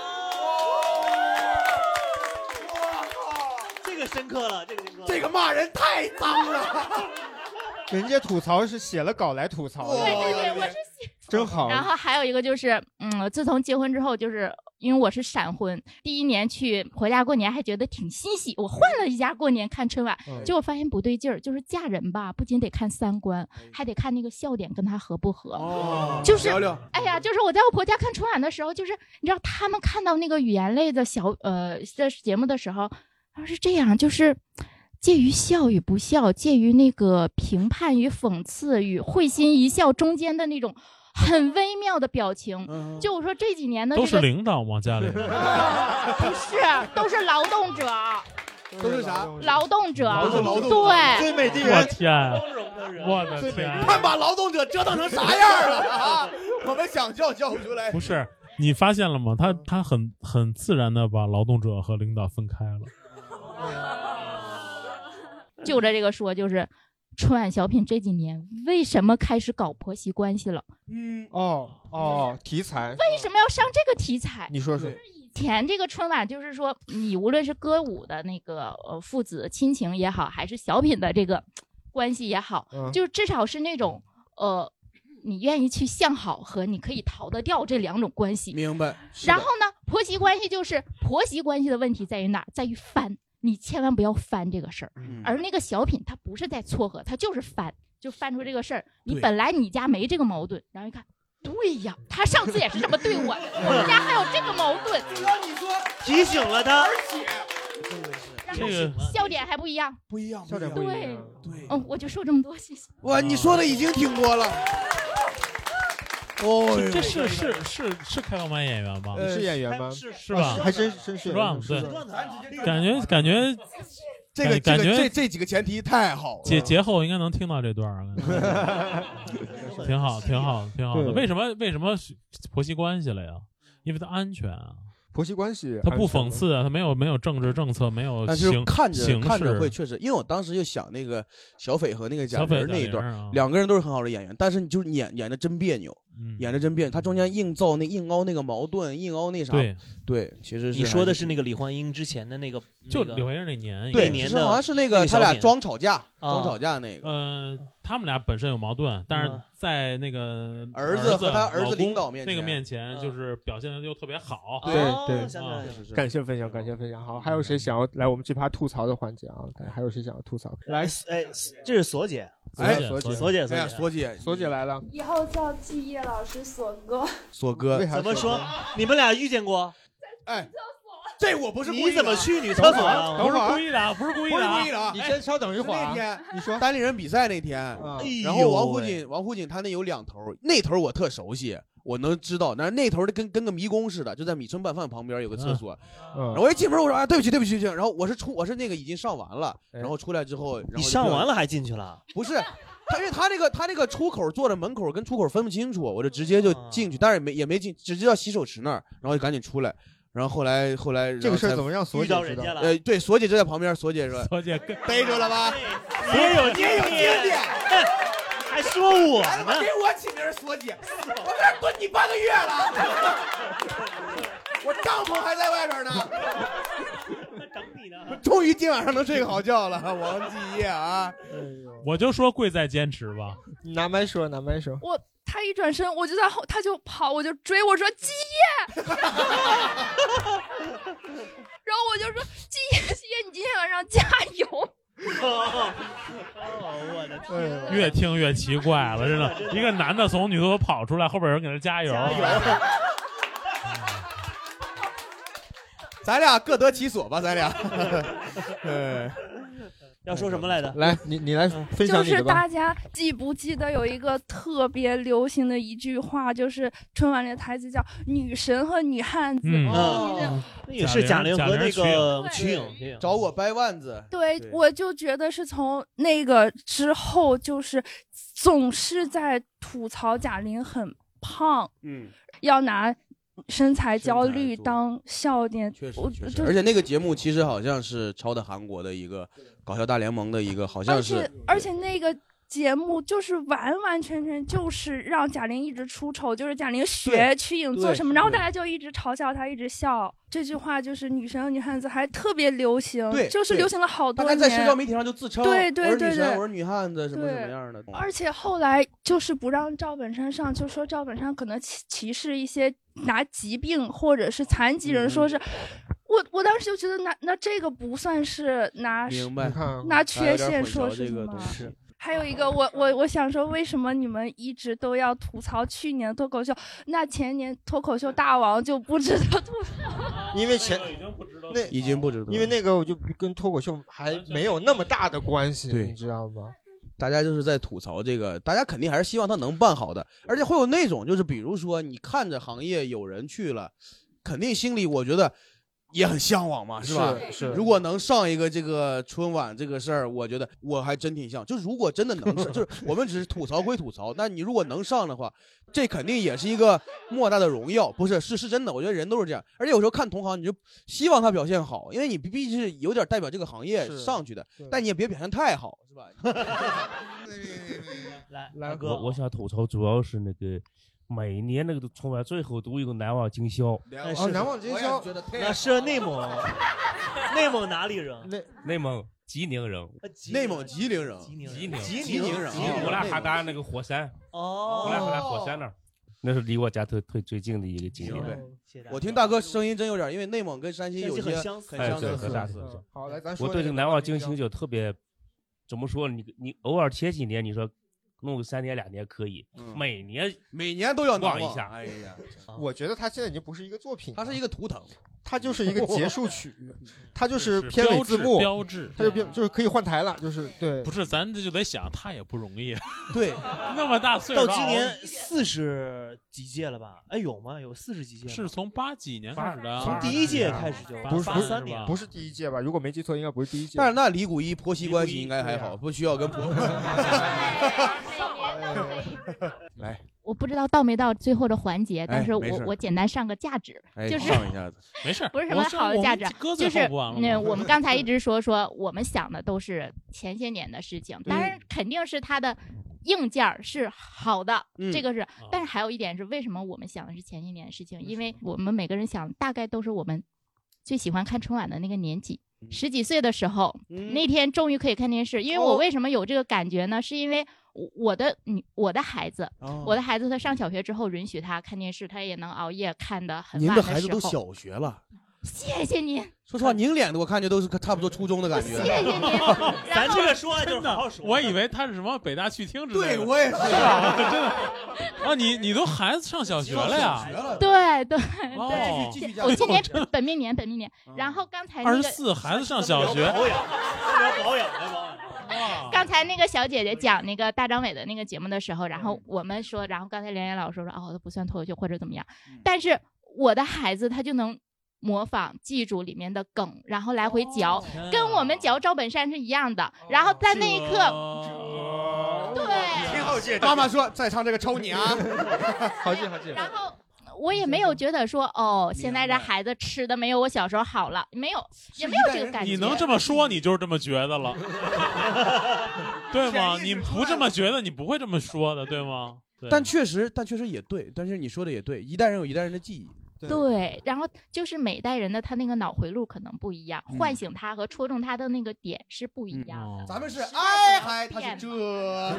这个深刻了，这个深刻了。这个骂人太脏了。人家吐槽是写了稿来吐槽的，对对对，我是喜。真好。然后还有一个就是，嗯，自从结婚之后，就是因为我是闪婚，第一年去婆家过年还觉得挺欣喜，我换了一家过年看春晚，嗯结果发现不对劲儿，就是嫁人吧，不仅得看三观，还得看那个笑点跟他合不合。哦就是聊聊哎呀，就是我在我婆家看春晚的时候，就是你知道他们看到那个语言类的小呃的节目的时候，他说是这样，就是介于笑与不笑，介于那个评判与讽刺与会心一笑中间的那种很微妙的表情。嗯就我说这几年的都这是个领导吗？家里不是 都是劳动者，都是啥？劳动者，都是劳动者对，最美的我人天，哦我的天，看把劳动者折腾成啥样了啊！我们想笑笑不出来。不是你发现了吗？他他很很自然的把劳动者和领导分开了。就着这个说，就是春晚小品这几年为什么开始搞婆媳关系了？嗯，哦哦，题材，为什么要上这个题材？你说说，以前这个春晚就是说，你无论是歌舞的那个呃父子亲情也好，还是小品的这个关系也好，嗯就是至少是那种呃，你愿意去向好和你可以逃得掉这两种关系。明白。是的然后呢，婆媳关系就是婆媳关系的问题在于哪儿？在于翻，你千万不要翻这个事儿。嗯而那个小品它不是在撮合，它就是翻，就翻出这个事儿。你对本来你家没这个矛盾，然后一看，对呀， 他上次也是这么对我的，我们家还有这个 矛 盾。你说提醒了他，这个笑点还不一样，不一样，笑点不一样对对，嗯，我就说这么多，谢谢。哇，你说的已经挺多了。哦这这是是是是开放麦演员吧？哎你是演员吗？呃是是吧？还真真是演段员子，是啊对感觉感觉这个这感个觉这这几个前提太好了。节节后应该能听到这段儿了， 挺好，挺好，挺好的。对为什么为什么婆媳关系了呀？因为它安全啊，婆媳关系，它不讽刺啊，它没有没有政治政策，没有但是哦形看着形看着式会确实，因为我当时就想那个小斐和那个贾小斐玲那一贾段玲儿啊，两个人都是很好的演员，但是你就是演演的真别扭，嗯演的真变。他中间硬造那硬凹那个矛盾，硬凹那啥。对对，其实是你说的还是那个李焕英之前的那个，就那个柳岩那年那对年是的好像是那个小他俩品装吵架，啊嗯装吵架那个。呃，他们俩本身有矛盾，但是在那个儿子子和他儿老子公领导面前嗯哦那个面前，就是表现的又特别好。对对啊感谢分享，感谢分享。好，还有谁想要来我们这趴吐槽的环节啊？看还有谁想要吐槽？来，哎，这是索姐，哎索姐，索姐索姐，索姐，索姐来了，以后叫季叶老师索哥。索哥为啥怎么索说哥？你们俩遇见过？哎，这我不是你怎么去女厕所了？等会儿，啊不是故意的啊！你哎先稍等一是会儿啊那天你说单立人比赛那天哎，呦然后王府喂井，王府井他那有两头，那头我特熟悉，我能知道，但是那头的跟跟个迷宫似的，就在米村拌饭旁边有个厕所。嗯然后我一进门，我说啊，对不起，对不起，对不起。然后我是出，我是那个已经上完了，然后出来之后，然后哎你就上不小完心了还进去了？啊不是。他因为他那个他那个出口坐着门口跟出口分不清楚，我就直接就啊进去，但是也没也没进，直接到洗手池那儿，然后就赶紧出来。然后后来后来这个事儿怎么让让索姐遇到知道人家了呃，对，索姐就在旁边，索姐说，索姐跟逮着了吧？哎你也有你也有经验，哎还说我呢？给我起名儿索 姐，我在这儿蹲你半个月了，我帐篷还在外边 呢。等你呢。终于今晚上能睡个好觉了，王继业啊！我就说贵在坚持吧。拿麦说，拿麦说。 我他一转身，我就在后，他就跑，我就追，我说基业， 然后我就说基业，基业，你今天晚上加油。 我的天哪！越听越奇怪了，真的，一个男的从女厕所跑出来，后边有人给他加油。咱俩各得其所吧，咱俩。 嗯，要说什么来着？来，嗯你你来分就享你是的吧。大家记不记得有一个特别流行的一句话，就是春晚里的台词叫“女神和女汉子”嗯哦你这哦那也是贾玲和那个瞿颖，瞿颖找我掰腕子。对，我就觉得是从那个之后，就是总是在吐槽贾玲很胖，嗯，要拿身材焦虑当笑点，确实，就是而且那个节目其实好像是抄的韩国的一个搞笑大联盟的一个，好像而是且而且那个节目就是完完全全就是让贾玲一直出丑，就是贾玲学对曲颖对做什么，然后对大家就一直嘲笑她，一直笑。这句话就是女神和女汉子还特别流行，对就是对流行了好多大年。家在社交媒体上就自称，对对我是对女神，对我是女汉子，什么对什么样的。而且后来就是不让赵本山上，就说赵本山可能歧歧视一些拿疾病或者是残疾嗯人，说是。我我当时就觉得那那这个不算是拿明白，拿缺陷说是是这什个东么？西。还有一个，我我我想说，为什么你们一直都要吐槽去年的脱口秀？那前年脱口秀大王就不值 得吐因为前那已经不知道了，因为那个我就跟脱口秀还没有那么大的关系，你知道吗？大家就是在吐槽这个，大家肯定还是希望他能办好的，而且会有那种就是，比如说你看着行业有人去了，肯定心里我觉得也很向往嘛，是吧？是如果能上一个这个春晚这个事儿，我觉得我还真挺像。就如果真的能 上，就是我们只是吐槽归吐槽，但你如果能上的话，这肯定也是一个莫大的荣耀，不是？是是真的，我觉得人都是这样。而且有时候看同行，你就希望他表现好，因为你毕毕竟是有点代表这个行业是上去的，但你也别表现太好，是吧？来，来我我想吐槽主要是那个每年那个春晚最后都有个难忘今宵，哎哦是难忘今宵我也觉得太那是内蒙，内蒙哪里人？内内蒙吉宁人，内蒙吉林人，吉宁吉吉宁宁人吉宁哦乌拉哈达那个火山，哦乌拉哈达火山那儿，那是离我家特特最近的一个景明白点。我听大哥声音真有点，因为内蒙跟山西有些很相似，哎很对相很相似似。嗯是好来咱说我对这这个个难忘今宵就特别，怎么说？你你偶尔前几年你说弄个三年两年可以，每年哎每年都要逛难一忘下。哎 呀，我觉得他现在已经不是一个作品，它是一个图腾，它就是一个结束 曲，它就是是片尾字幕标志标志它就啊变就是可以换台了，就是对 不。是，咱这就得想，他也不容 易。对，那么大岁数到今年四十几届了吧？哎，有吗？有四十几届吗？是从八几年开始的啊，从第一届开始就不是不是83年不是第一届吧？如果没记错，应该不是第一届。但是那李谷一婆媳关系应该还好，不需要跟婆。来，我不知道到没到最后的环节，但是哎没我事我简单上个价值，哎，就是上一下子，没事不是什么好的价值啊，就是那我 们刚才一直说说我们想的都是前些年的事情，当然肯定是他的硬件儿是好的，嗯这个是。但啊是还有一点是，为什么我们想的是前一年的事情？因为我们每个人想，大概都是我们最喜欢看春晚的那个年纪。嗯十几岁的时候，那天终于可以看电视。因为哦我为什么有这个感觉呢？是因为我我的你我的孩子，哦我的孩子他上小学之后允许他看电视，他也能熬夜看的很您晚的时孩子都候小学了，谢谢您，说实话，您脸我看着都是差不多初中的感觉。谢 谢您。咱这个说就是好好说。我以为他是什么北大去听之类的。对我也是啊，真的。啊，你你都孩子上小学了呀？哎对对哦对，继续继续这我今年讲本命年，本命年。嗯然后刚才那二十个啊四，孩子上小学。保养保养刚才那个小姐姐讲那个大张伟的那个节目的时候，然嗯后我们说，然后刚才梁岩老师说说，哦，他不算脱口秀或者怎么样，嗯但是我的孩子他就能。模仿记住里面的梗，然后来回嚼，哦天跟我啊们嚼赵本山是一样的。然后在那一哦刻，对，挺好记。妈妈说再唱这个抽你 啊！好记好记。然后我也没有觉得说，哦，现在这孩子吃的没有我小时候好了，没有，也没有这个感觉。你能这么说，你就是这么觉 得了，对吗？你不这么觉得，你不会这么说的，对吗？对但确实，但确实也对，但是你说的也对，一代人有一代人的记忆。对，然后就是每代人的他那个脑回路可能不一样，唤醒他和戳中他的那个点是不一样的。嗯咱们是哎嗨，他是这，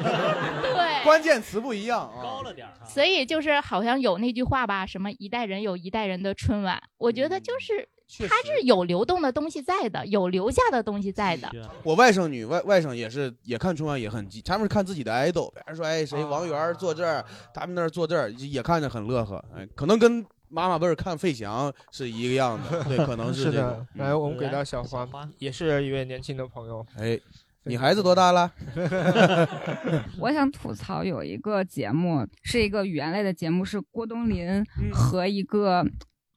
对关键词不一样啊，高了点所以就是好像有那句话吧，什么一代人有一代人的春晚，我觉得嗯就是它是有流动的东西在的，有留下的东西在的。我外甥女外外甥也是也看春晚也很记，他们是看自己的 idol，比方说哎谁王源儿坐这哦儿，他们那儿坐这儿也看着很乐呵，哎，可能跟妈妈辈儿看费翔是一个样的，对，可能是这个的。。 来，我们给到嗯小花，也是一位年轻的朋友。哎，你孩子多大 了？我想吐槽有一个节目，是一个语言类的节目，是郭冬临和一个、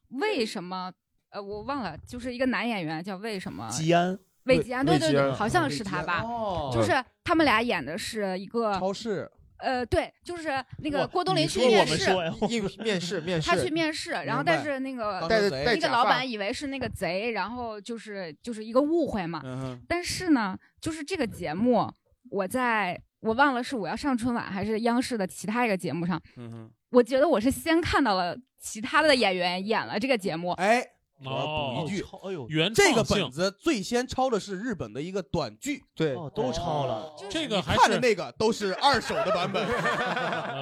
为什么呃我忘了，就是一个男演员叫为什么吉安魏魏吉安，对魏对吉对，安好像是他吧，哦就是他们俩演的是一个超市。呃，对，就是那个哇郭冬你临去说面我们试，说呀应面试面试他去面试，然后明白但是那个当成贼戴那着个假老发板以为是那个贼，然后就是就是一个误会嘛。嗯但是呢，就是这个节目，我在我忘了是我要上春晚还是央视的其他一个节目上，嗯哼，我觉得我是先看到了其他的演员演了这个节目，哎，我哦要补一句，哎呦原创这性个本子最先抄的是日本的一个短剧，对，哦都抄了。这个还看的是那个都是二手的版 本。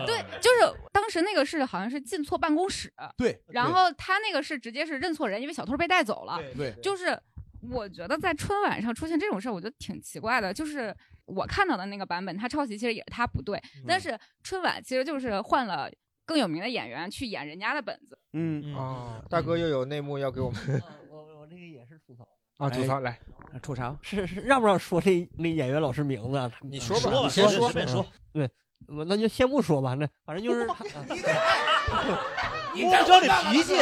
对，就是当时那个是好像是进错办公室，对，然后他那个是直接是认错人，因为小偷被带走了。对对就是我觉得在春晚上出现这种事儿，我觉得挺奇怪的。就是我看到的那个版本，他抄袭其实也是他不对，但是春晚其实就是换了更有名的演员去演人家的本子。嗯啊，大哥又有内幕要给我们嗯我我这个也是吐槽啊，吐哎槽来，吐槽是是让不让说这那演员老师名字啊？你说吧你先说随便说。对，我那就先不说吧，那反正就是他你再说你脾气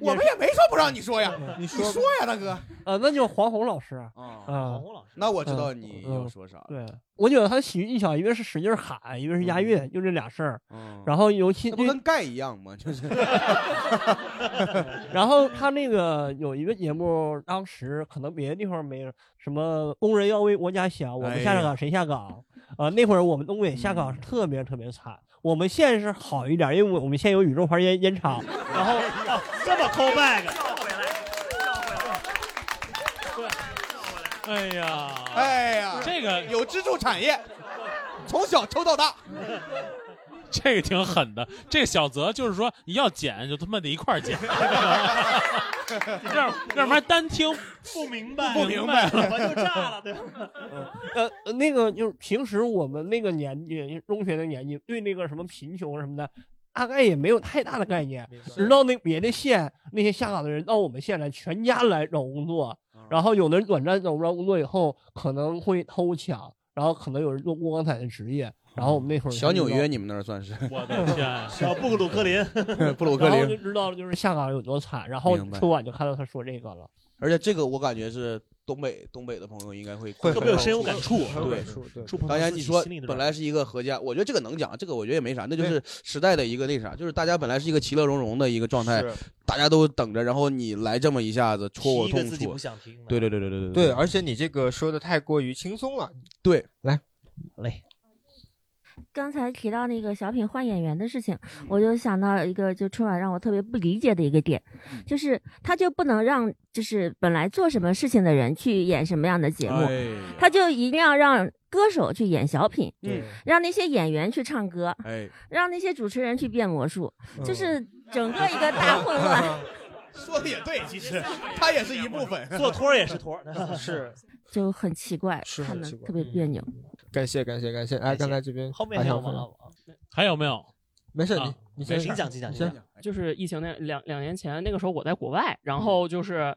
我们也没说不让 你说呀，你说吧说呀，大哥。啊，那就是黄宏老师啊，哦黄宏老师那我知道你嗯嗯要说啥了对，我觉得他喜剧技巧，一个是使劲喊，一个是押韵，就这俩事儿。然后尤其那嗯不跟盖一样吗？就是 然后他那个有一个节目，当时可能别的地方没有什么“工人要为国家想，我们下哎岗呀嗯谁下岗”啊，那会儿我们东北下岗是特别特别惨。我们县是好一点，因为我们县有宇宙牌烟烟厂，然后哦这么 call back，哎呀，哎呀，这个有支柱产业，从小抽到大。 这个挺狠的。这小泽就是说，你要剪就他妈得一块 儿剪，你这样要不然单听不明白，不明白了我就炸了，对吧？呃，呃那个就是平时我们那个年纪，中学的年纪，对那个什么贫穷什么的，大概也没有太大的概念。直到那别的县那些下岗的人到我们县来，全家来找工作，啊然后有的人短暂找不着工作以后，可能会偷抢，然后可能有人做过钢材的职业。然后我们那会儿嗯小纽才知道约，你们 那儿算是？我的 天小布鲁克林布鲁克然后就林。知道了就是下岗有多惨。然后明白春晚就看到他说这个了。而且这个我感觉是东北东北的朋友应该会会特别有深有感触很有感触对对触，碰到当然自你己说心里的本来是一个合家，我觉得这个能讲，这个我觉得也没啥，那就是时代的一个那啥，就是大家本来是一个其乐融融的一个状态是，大家都等着，然后你来这么一下子戳我提一个痛自己处不想听，对对对对对对，而且你这个说的太过于轻松了。对，来，嘞，刚才提到那个小品换演员的事情，嗯我就想到一个，就春晚让我特别不理解的一个点，嗯就是他就不能让就是本来做什么事情的人去演什么样的节目哎，他就一定要让歌手去演小品嗯对，让那些演员去唱歌，哎，让那些主持人去变魔术，就 嗯是整个一个 大啊混乱。说的也对，其实他也是一部分，做托儿也是托 儿 是就很奇怪，是看很的奇怪特别别嗯扭。感谢感谢感谢，哎，刚才这边后面打还有小吗分老还有没有？没事，啊你你先你先就是疫情那两两年前，那个时候我在国外，嗯然后就是。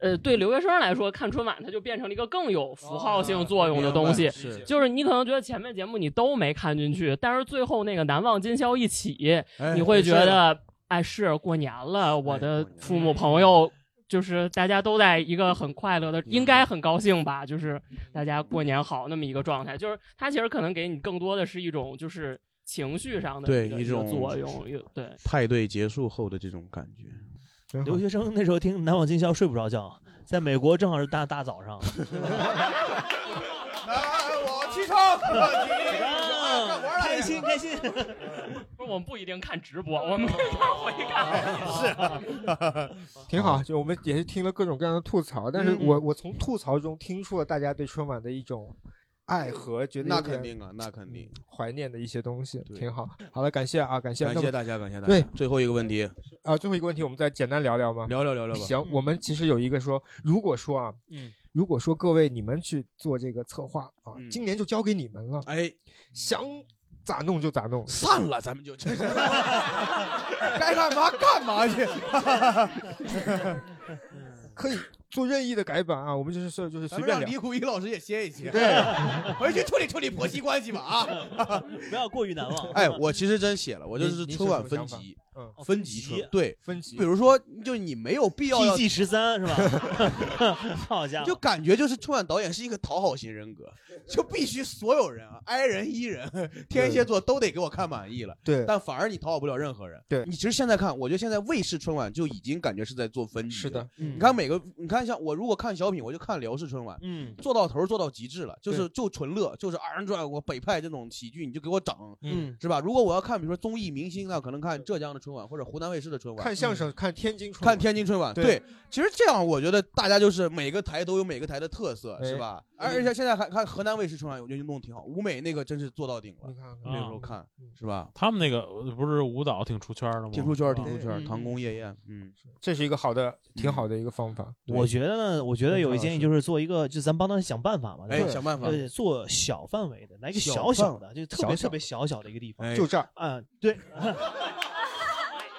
呃，对留学生来说，看春晚它就变成了一个更有哦符号性作用的东西，明白是就是你可能觉得前面节目你都没看进去，但是最后那个难忘今宵一起，哎你会觉是得，哎，是过年了，哎我的父母朋友就是大家都在一个很快乐的，应该很高兴吧，就是大家过年好那么一个状态，就是它其实可能给你更多的是一种就是情绪上的对一个一个种作用，一个对。派对结束后的这种感觉。留学生那时候听《难忘今宵》睡不着觉，在美国正好是大大早上。我起床，哦开心开心。哦不是，我们不一定看直播，我们可以看回看。 挺好，就我们也是听了各种各样的吐槽，但是嗯我我从吐槽中听出了大家对春晚的一种爱和觉得那有点肯定啊，那肯定。怀念的一些东西，挺好。好了，感谢啊，感谢感那谢么大家，感谢大家。对，最后一个问题，啊，最后一个问题，我们再简单聊聊吗？聊聊聊聊吧行，我们其实有一个说，如果说啊，嗯，如果说各位你们去做这个策划啊，嗯今年就交给你们了，哎，想咋弄就咋弄，散了，咱们就该干嘛干嘛 去。可以做任意的改版啊，我们就是就是咱随们便让李聊。谷一老师也歇一歇， 对，回去处理处理婆媳关系吧啊， 不要过于难 忘。哎，我其实真写了，我就是你你春晚是什分么想级，嗯分级哦分春级对分级比如说，就你没有必要要 TG 十三是 吧？ 好家伙，就感觉就是春晚导演是一个讨好型人格，就必须所有人啊，I 人、E 人、天蝎座都得给我看满意了。对但反而你讨好不了任何人。对你其实现在看，我觉得现在卫视春晚就已经感觉是在做分级。是的，嗯你看每个，你看像我如果看小品，我就看辽视春晚，嗯，做到头儿做到极致了，就是对就纯乐，就是二人转，我北派这种喜剧你就给我整，嗯，是吧？如果我要看，比如说综艺明星，那可能看浙江的春晚或者湖南卫视的春晚，看相嗯声，看天津春晚，看天津春晚，对对，其实这样我觉得大家就是每个台都有每个台的特色，是吧？哎而且现在还看河南卫视春晚，我觉得弄得挺好，舞美那个真是做到顶了，那啊时候看是吧？他们那个不是舞蹈挺出圈的吗？挺出圈儿，挺出嗯圈儿，唐宫夜宴，嗯，这是一个好的，挺好的一个方法。我觉得呢，我觉得有一建议就是做一个，就咱帮他想办法嘛，哎对吧想办法呃做小范围的，来一个小小小范的，就围特别小小特别小小的一个地哎方，就这儿，嗯，对，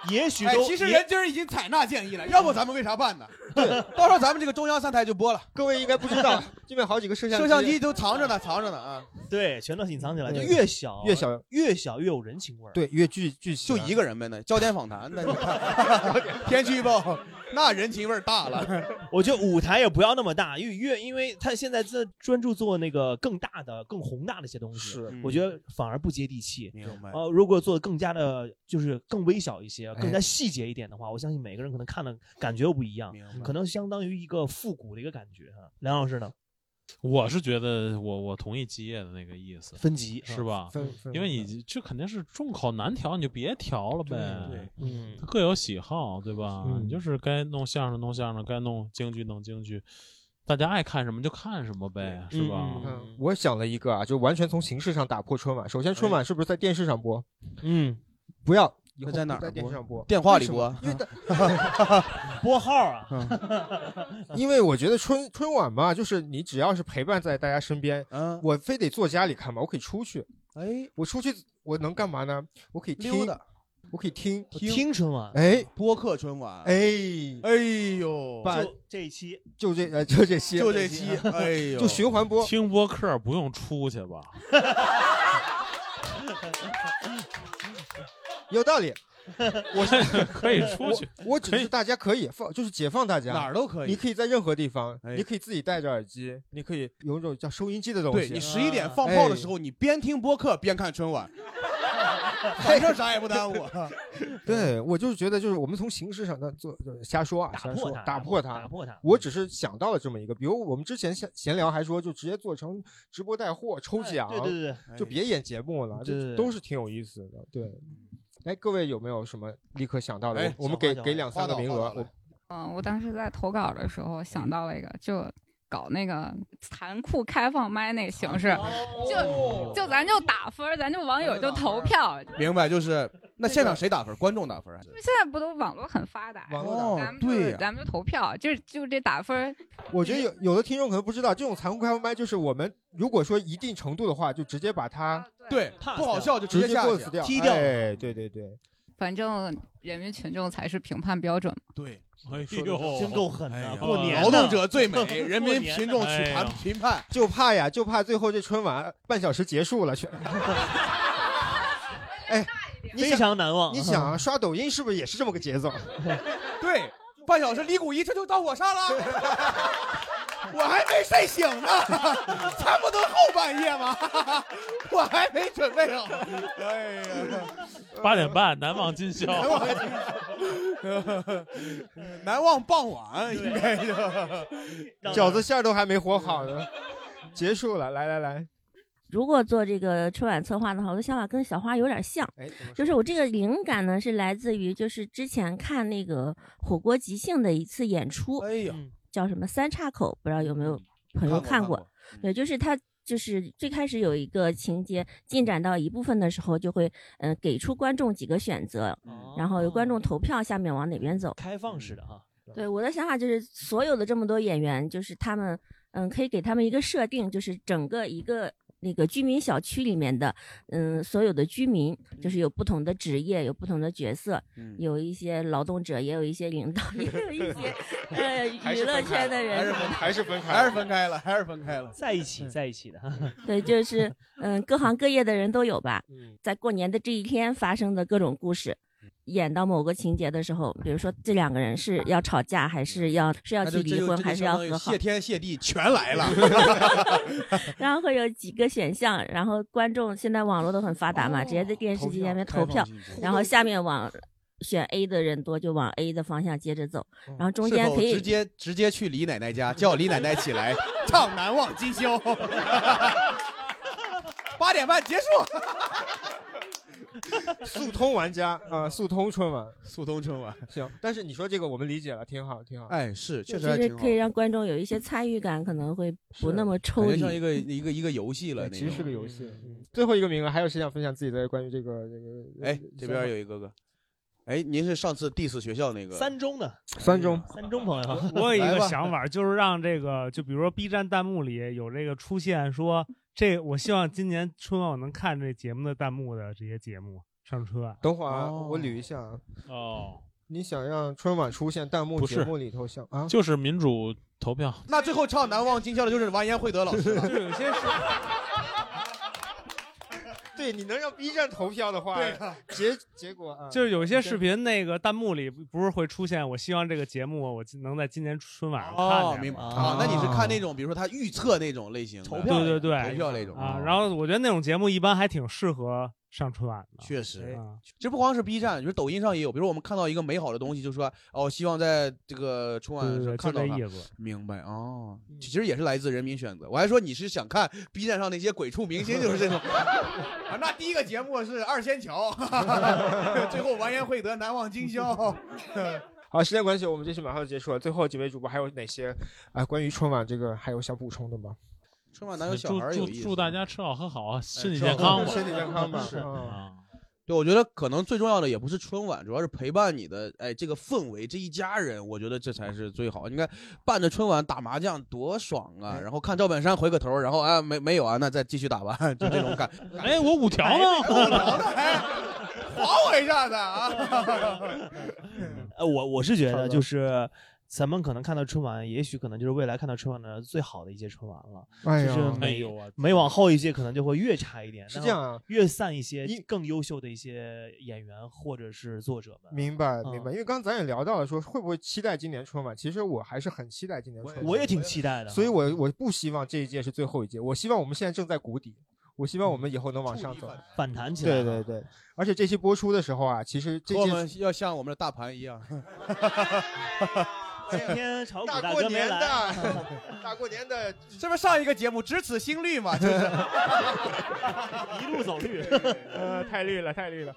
也许哎都，其实也人今儿已经采纳建议了，要不咱们为啥办呢？对， 到时候咱们这个中央三台就播了。各位应该不知道，这哎边好几个摄像摄像机都藏着呢，藏着呢啊。对，全都隐藏起来，啊就对越小越小越小越有人情味儿。对，越聚聚就一个人呗，那焦点访谈， 那你看天气预报，那人情味儿大了。我觉得舞台也不要那么大，因为越因为他现在在专注做那个更大的、更宏大的一些东西，是我觉得反而不接地气。明白呃，如果做得更加的，就是更微小一些、哎更加细节一点的话，我相信每个人可能看的感觉又不一样，可能相当于一个复古的一个感觉啊。梁老师呢？我是觉得我我同意基业的那个意思，分级是吧？分分因为你这肯定是众口难调，你就别调了呗。对嗯，各有喜好，对吧？嗯你就是该弄相声弄相声，该弄京剧弄京剧，大家爱看什么就看什么呗，是吧？嗯我想了一个啊，就完全从形式上打破春晚。首先，春晚是不是在电视上播？嗯，不要，哎那以后在哪不儿在电视上播？电话里为什么播因为大拨号啊。 因为我觉得春春晚嘛，就是你只要是陪伴在大家身边，我非得坐家里看嘛，我可以出去，嗯哎，我出去我能干嘛呢？我可以溜听达，我可以听听春晚哎，播客春晚，哎，哎呦，把就这一期就这呃就这些，就这期哎呦， 就循环播，听播客不用出去 吧？有道理。我 是可以出去我，我只是大家可以放，就是解放大家，哪儿都可以你可以在任何地方，哎你可以自己戴着耳机，你可以有一种叫收音机的东西。啊哎对你十一点放炮的时候，候，你边听播客边看春晚，反正啥也不耽误。对我就是觉得，就是我们从形式上那做就是瞎说啊，瞎破说它打破它，打破它我只是想到了这么一个，比如我们之前闲闲聊还说，就直接做成直播带货抽奖，对对对就别演节目了，对对这对都是挺有意思的。对，哎，各位有没有什么立刻想到的？哎我们小花给小花给两三个花名导花额导来，嗯，我当时在投稿的时候想到了一个，就搞那个残酷开放麦那个形式，就就咱就打分儿，咱就网友就投票。明白，就是那现场谁打分？观众打分还是？现在不都网络很发达，网络打分咱们就对呀咱们就投票，就是就这打分儿，我觉得有有的听众可能不知道，这种残酷开放麦就是我们如果说一定程度的话，就直接把它对不好笑就直直接接下去 cos 掉，踢掉哎，对对对，反正人民群众才是评判标准嘛。对，哎呦真够啊狠哎的呀，过哎年呢劳动者最美人民群众去谈评判，就怕呀，就怕最后这春晚半小时结束了，全。哎，你想非常难忘你想啊，刷抖音是不是也是这么个节 奏？ 对，半小时李谷一这就到我上了，我还没睡醒呢，这不都后半夜吗？我还没准备好。哎呀，八点半，难忘 今宵。难忘难忘傍晚应该就饺子馅儿都还没和好呢，结束了，来来来，如果做这个春晚策划的话，我的想法跟小花有点像哎怎么，说就是我这个灵感呢是来自于就是之前看那个火锅即兴的一次演出，哎呀，嗯叫什么三岔口，不知道有没有朋友看过看看过？对，就是他就是最开始有一个情节进展到一部分的时候，就会嗯、呃给出观众几个选择，然后由观众投票下面往哪边走。开放式的哈。对，我的想法就是，所有的这么多演员，就是他们，嗯，可以给他们一个设定，就是整个一个那个居民小区里面的，嗯，所有的居民，就是有不同的职业，有不同的角色，嗯有一些劳动者，也有一些领导，也有一些呃还娱是乐分开圈了的还是人。分还是分开，还是分开了，还是分开了，在一起，在一起的。对，就是嗯，各行各业的人都有吧。嗯在过年的这一天发生的各种故事，演到某个情节的时候，比如说这两个人是要吵架，还是要是要嗯那就去这离就婚，这就还是相要当于和好谢，天谢地全来了， 然后会有几个选项，然后观众现在网络都很发达哦嘛，直接在电视机前面投票，然后下面往选 A 的人多就往 A 的方向接着走，然后中间哦是否可以直接直接去李奶奶家，叫李奶奶起来唱《难忘今宵》，八点半结束。 速通玩家啊，速通春晚，速通春晚行。但是你说这个我们理解了，挺好，挺好。哎，是确实就还是挺好可，以让观众有一些参与感，可能会不那么感抽觉像一离。个一个一个游戏了，其实是个游戏。嗯最后一个名额，还有谁想分享自己的关于这个这个？哎，这边有一个哥，哎，您是上次 diss 学校那个三中的，三中，三中朋友，我有一个想法，就是让这个，就比如说 B 站弹幕里有这个出现说，这我希望今年春晚我能看这节目的弹幕的这些节目上春晚。等会儿啊，哦我捋一下。哦，你想让春晚出现弹幕不是节目里头像啊？就是民主投票。那最后唱《难忘今宵》的就是完颜慧德老 师了，就有些是。对，你能让 B 站投票的话， 对结结果啊，就是有些视频那个弹幕里不是会出现，我希望这个节目我能在今年春晚上哦，看见明吗白啊，那你是看那种，比如说他预测那种类型的，对对对，投票那种啊。然后我觉得那种节目一般还挺适合上春晚的，确实啊，这不光是 B 站，就是抖音上也有。比如我们看到一个美好的东西，就说哦，希望在这个春晚对对对上看到就它这意思。明白哦，其实也是来自人民选择。我还说你是想看 B 站上那些鬼畜明星，就是这种。 啊，那第一个节目是二仙桥， 最后完颜慧德难忘今宵。好，时间关系，我们这期马上就结束了。最后几位主播还有哪些啊？关于春晚这个还有想补充的吗？春晚哪有小孩儿有祝意思啊祝哎祝大家吃好喝好，身体吃好健康喝吧，好身体健康吧 是嗯啊对，我觉得可能最重要的也不是春晚，主要是陪伴你的，哎，这个氛围，这一家人，我觉得这才是最好。你看，伴着春晚打麻将多爽啊！哎然后看赵本山回个头，然后啊、没没有啊，那再继续打吧，就这种感。哎，我五条呢？还我一下子啊！呃，我我是觉得就是。咱们可能看到春晚，也许可能就是未来看到春晚的最好的一届春晚了。哎就呀是哎每、呦我每往后一届可能就会越差一点，是然这样后啊越散一些一更优秀的一些演员或者是作者们。 明白明白，因为刚才咱也聊到了，说会不会期待今年春晚？其实我还是很期待今年春晚，我也挺期待的所以我我不希望这一届是最后一届，我希望我们现在正在谷底。我希望我们以后能往上走，反弹起来对了对对，而且这期播出的时候啊，其实这和我们期要像我们的大盘一样。今天炒股大过年的， 大过年的，这不上一个节目只此新绿嘛，就是一路走绿，呃，太绿了，太绿了。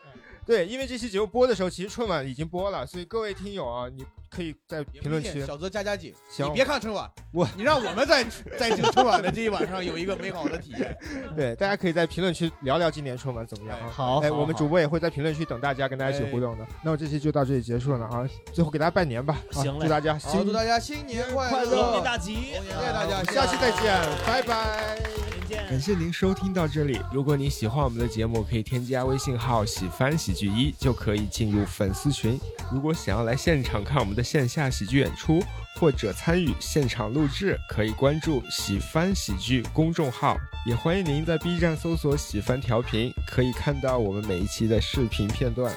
对，因为这期节目播的时候，其实春晚已经播了，所以各位听友啊，你可以在评论区。小泽加加紧，行你别看春晚，我你让我们在 在这个春 晚的这一晚上有一个美好的体验。对，大家可以在评论区聊聊今年春晚怎么样啊？好哎，好我们主播也会在评论区等大家，跟大家一哎起互动的。那我这期就到这里结束了啊！最后给大家拜年吧，啊行嘞祝大家好，新祝大家新年快龙乐，年大吉，谢谢大家，下期再见，拜拜。感谢您收听到这里。如果你喜欢我们的节目，可以添加微信号“喜翻喜剧一”，就可以进入粉丝群。如果想要来现场看我们的线下喜剧演出，或者参与现场录制，可以关注“喜翻喜剧”公众号。也欢迎您在 B 站搜索“喜翻调频”，可以看到我们每一期的视频片段。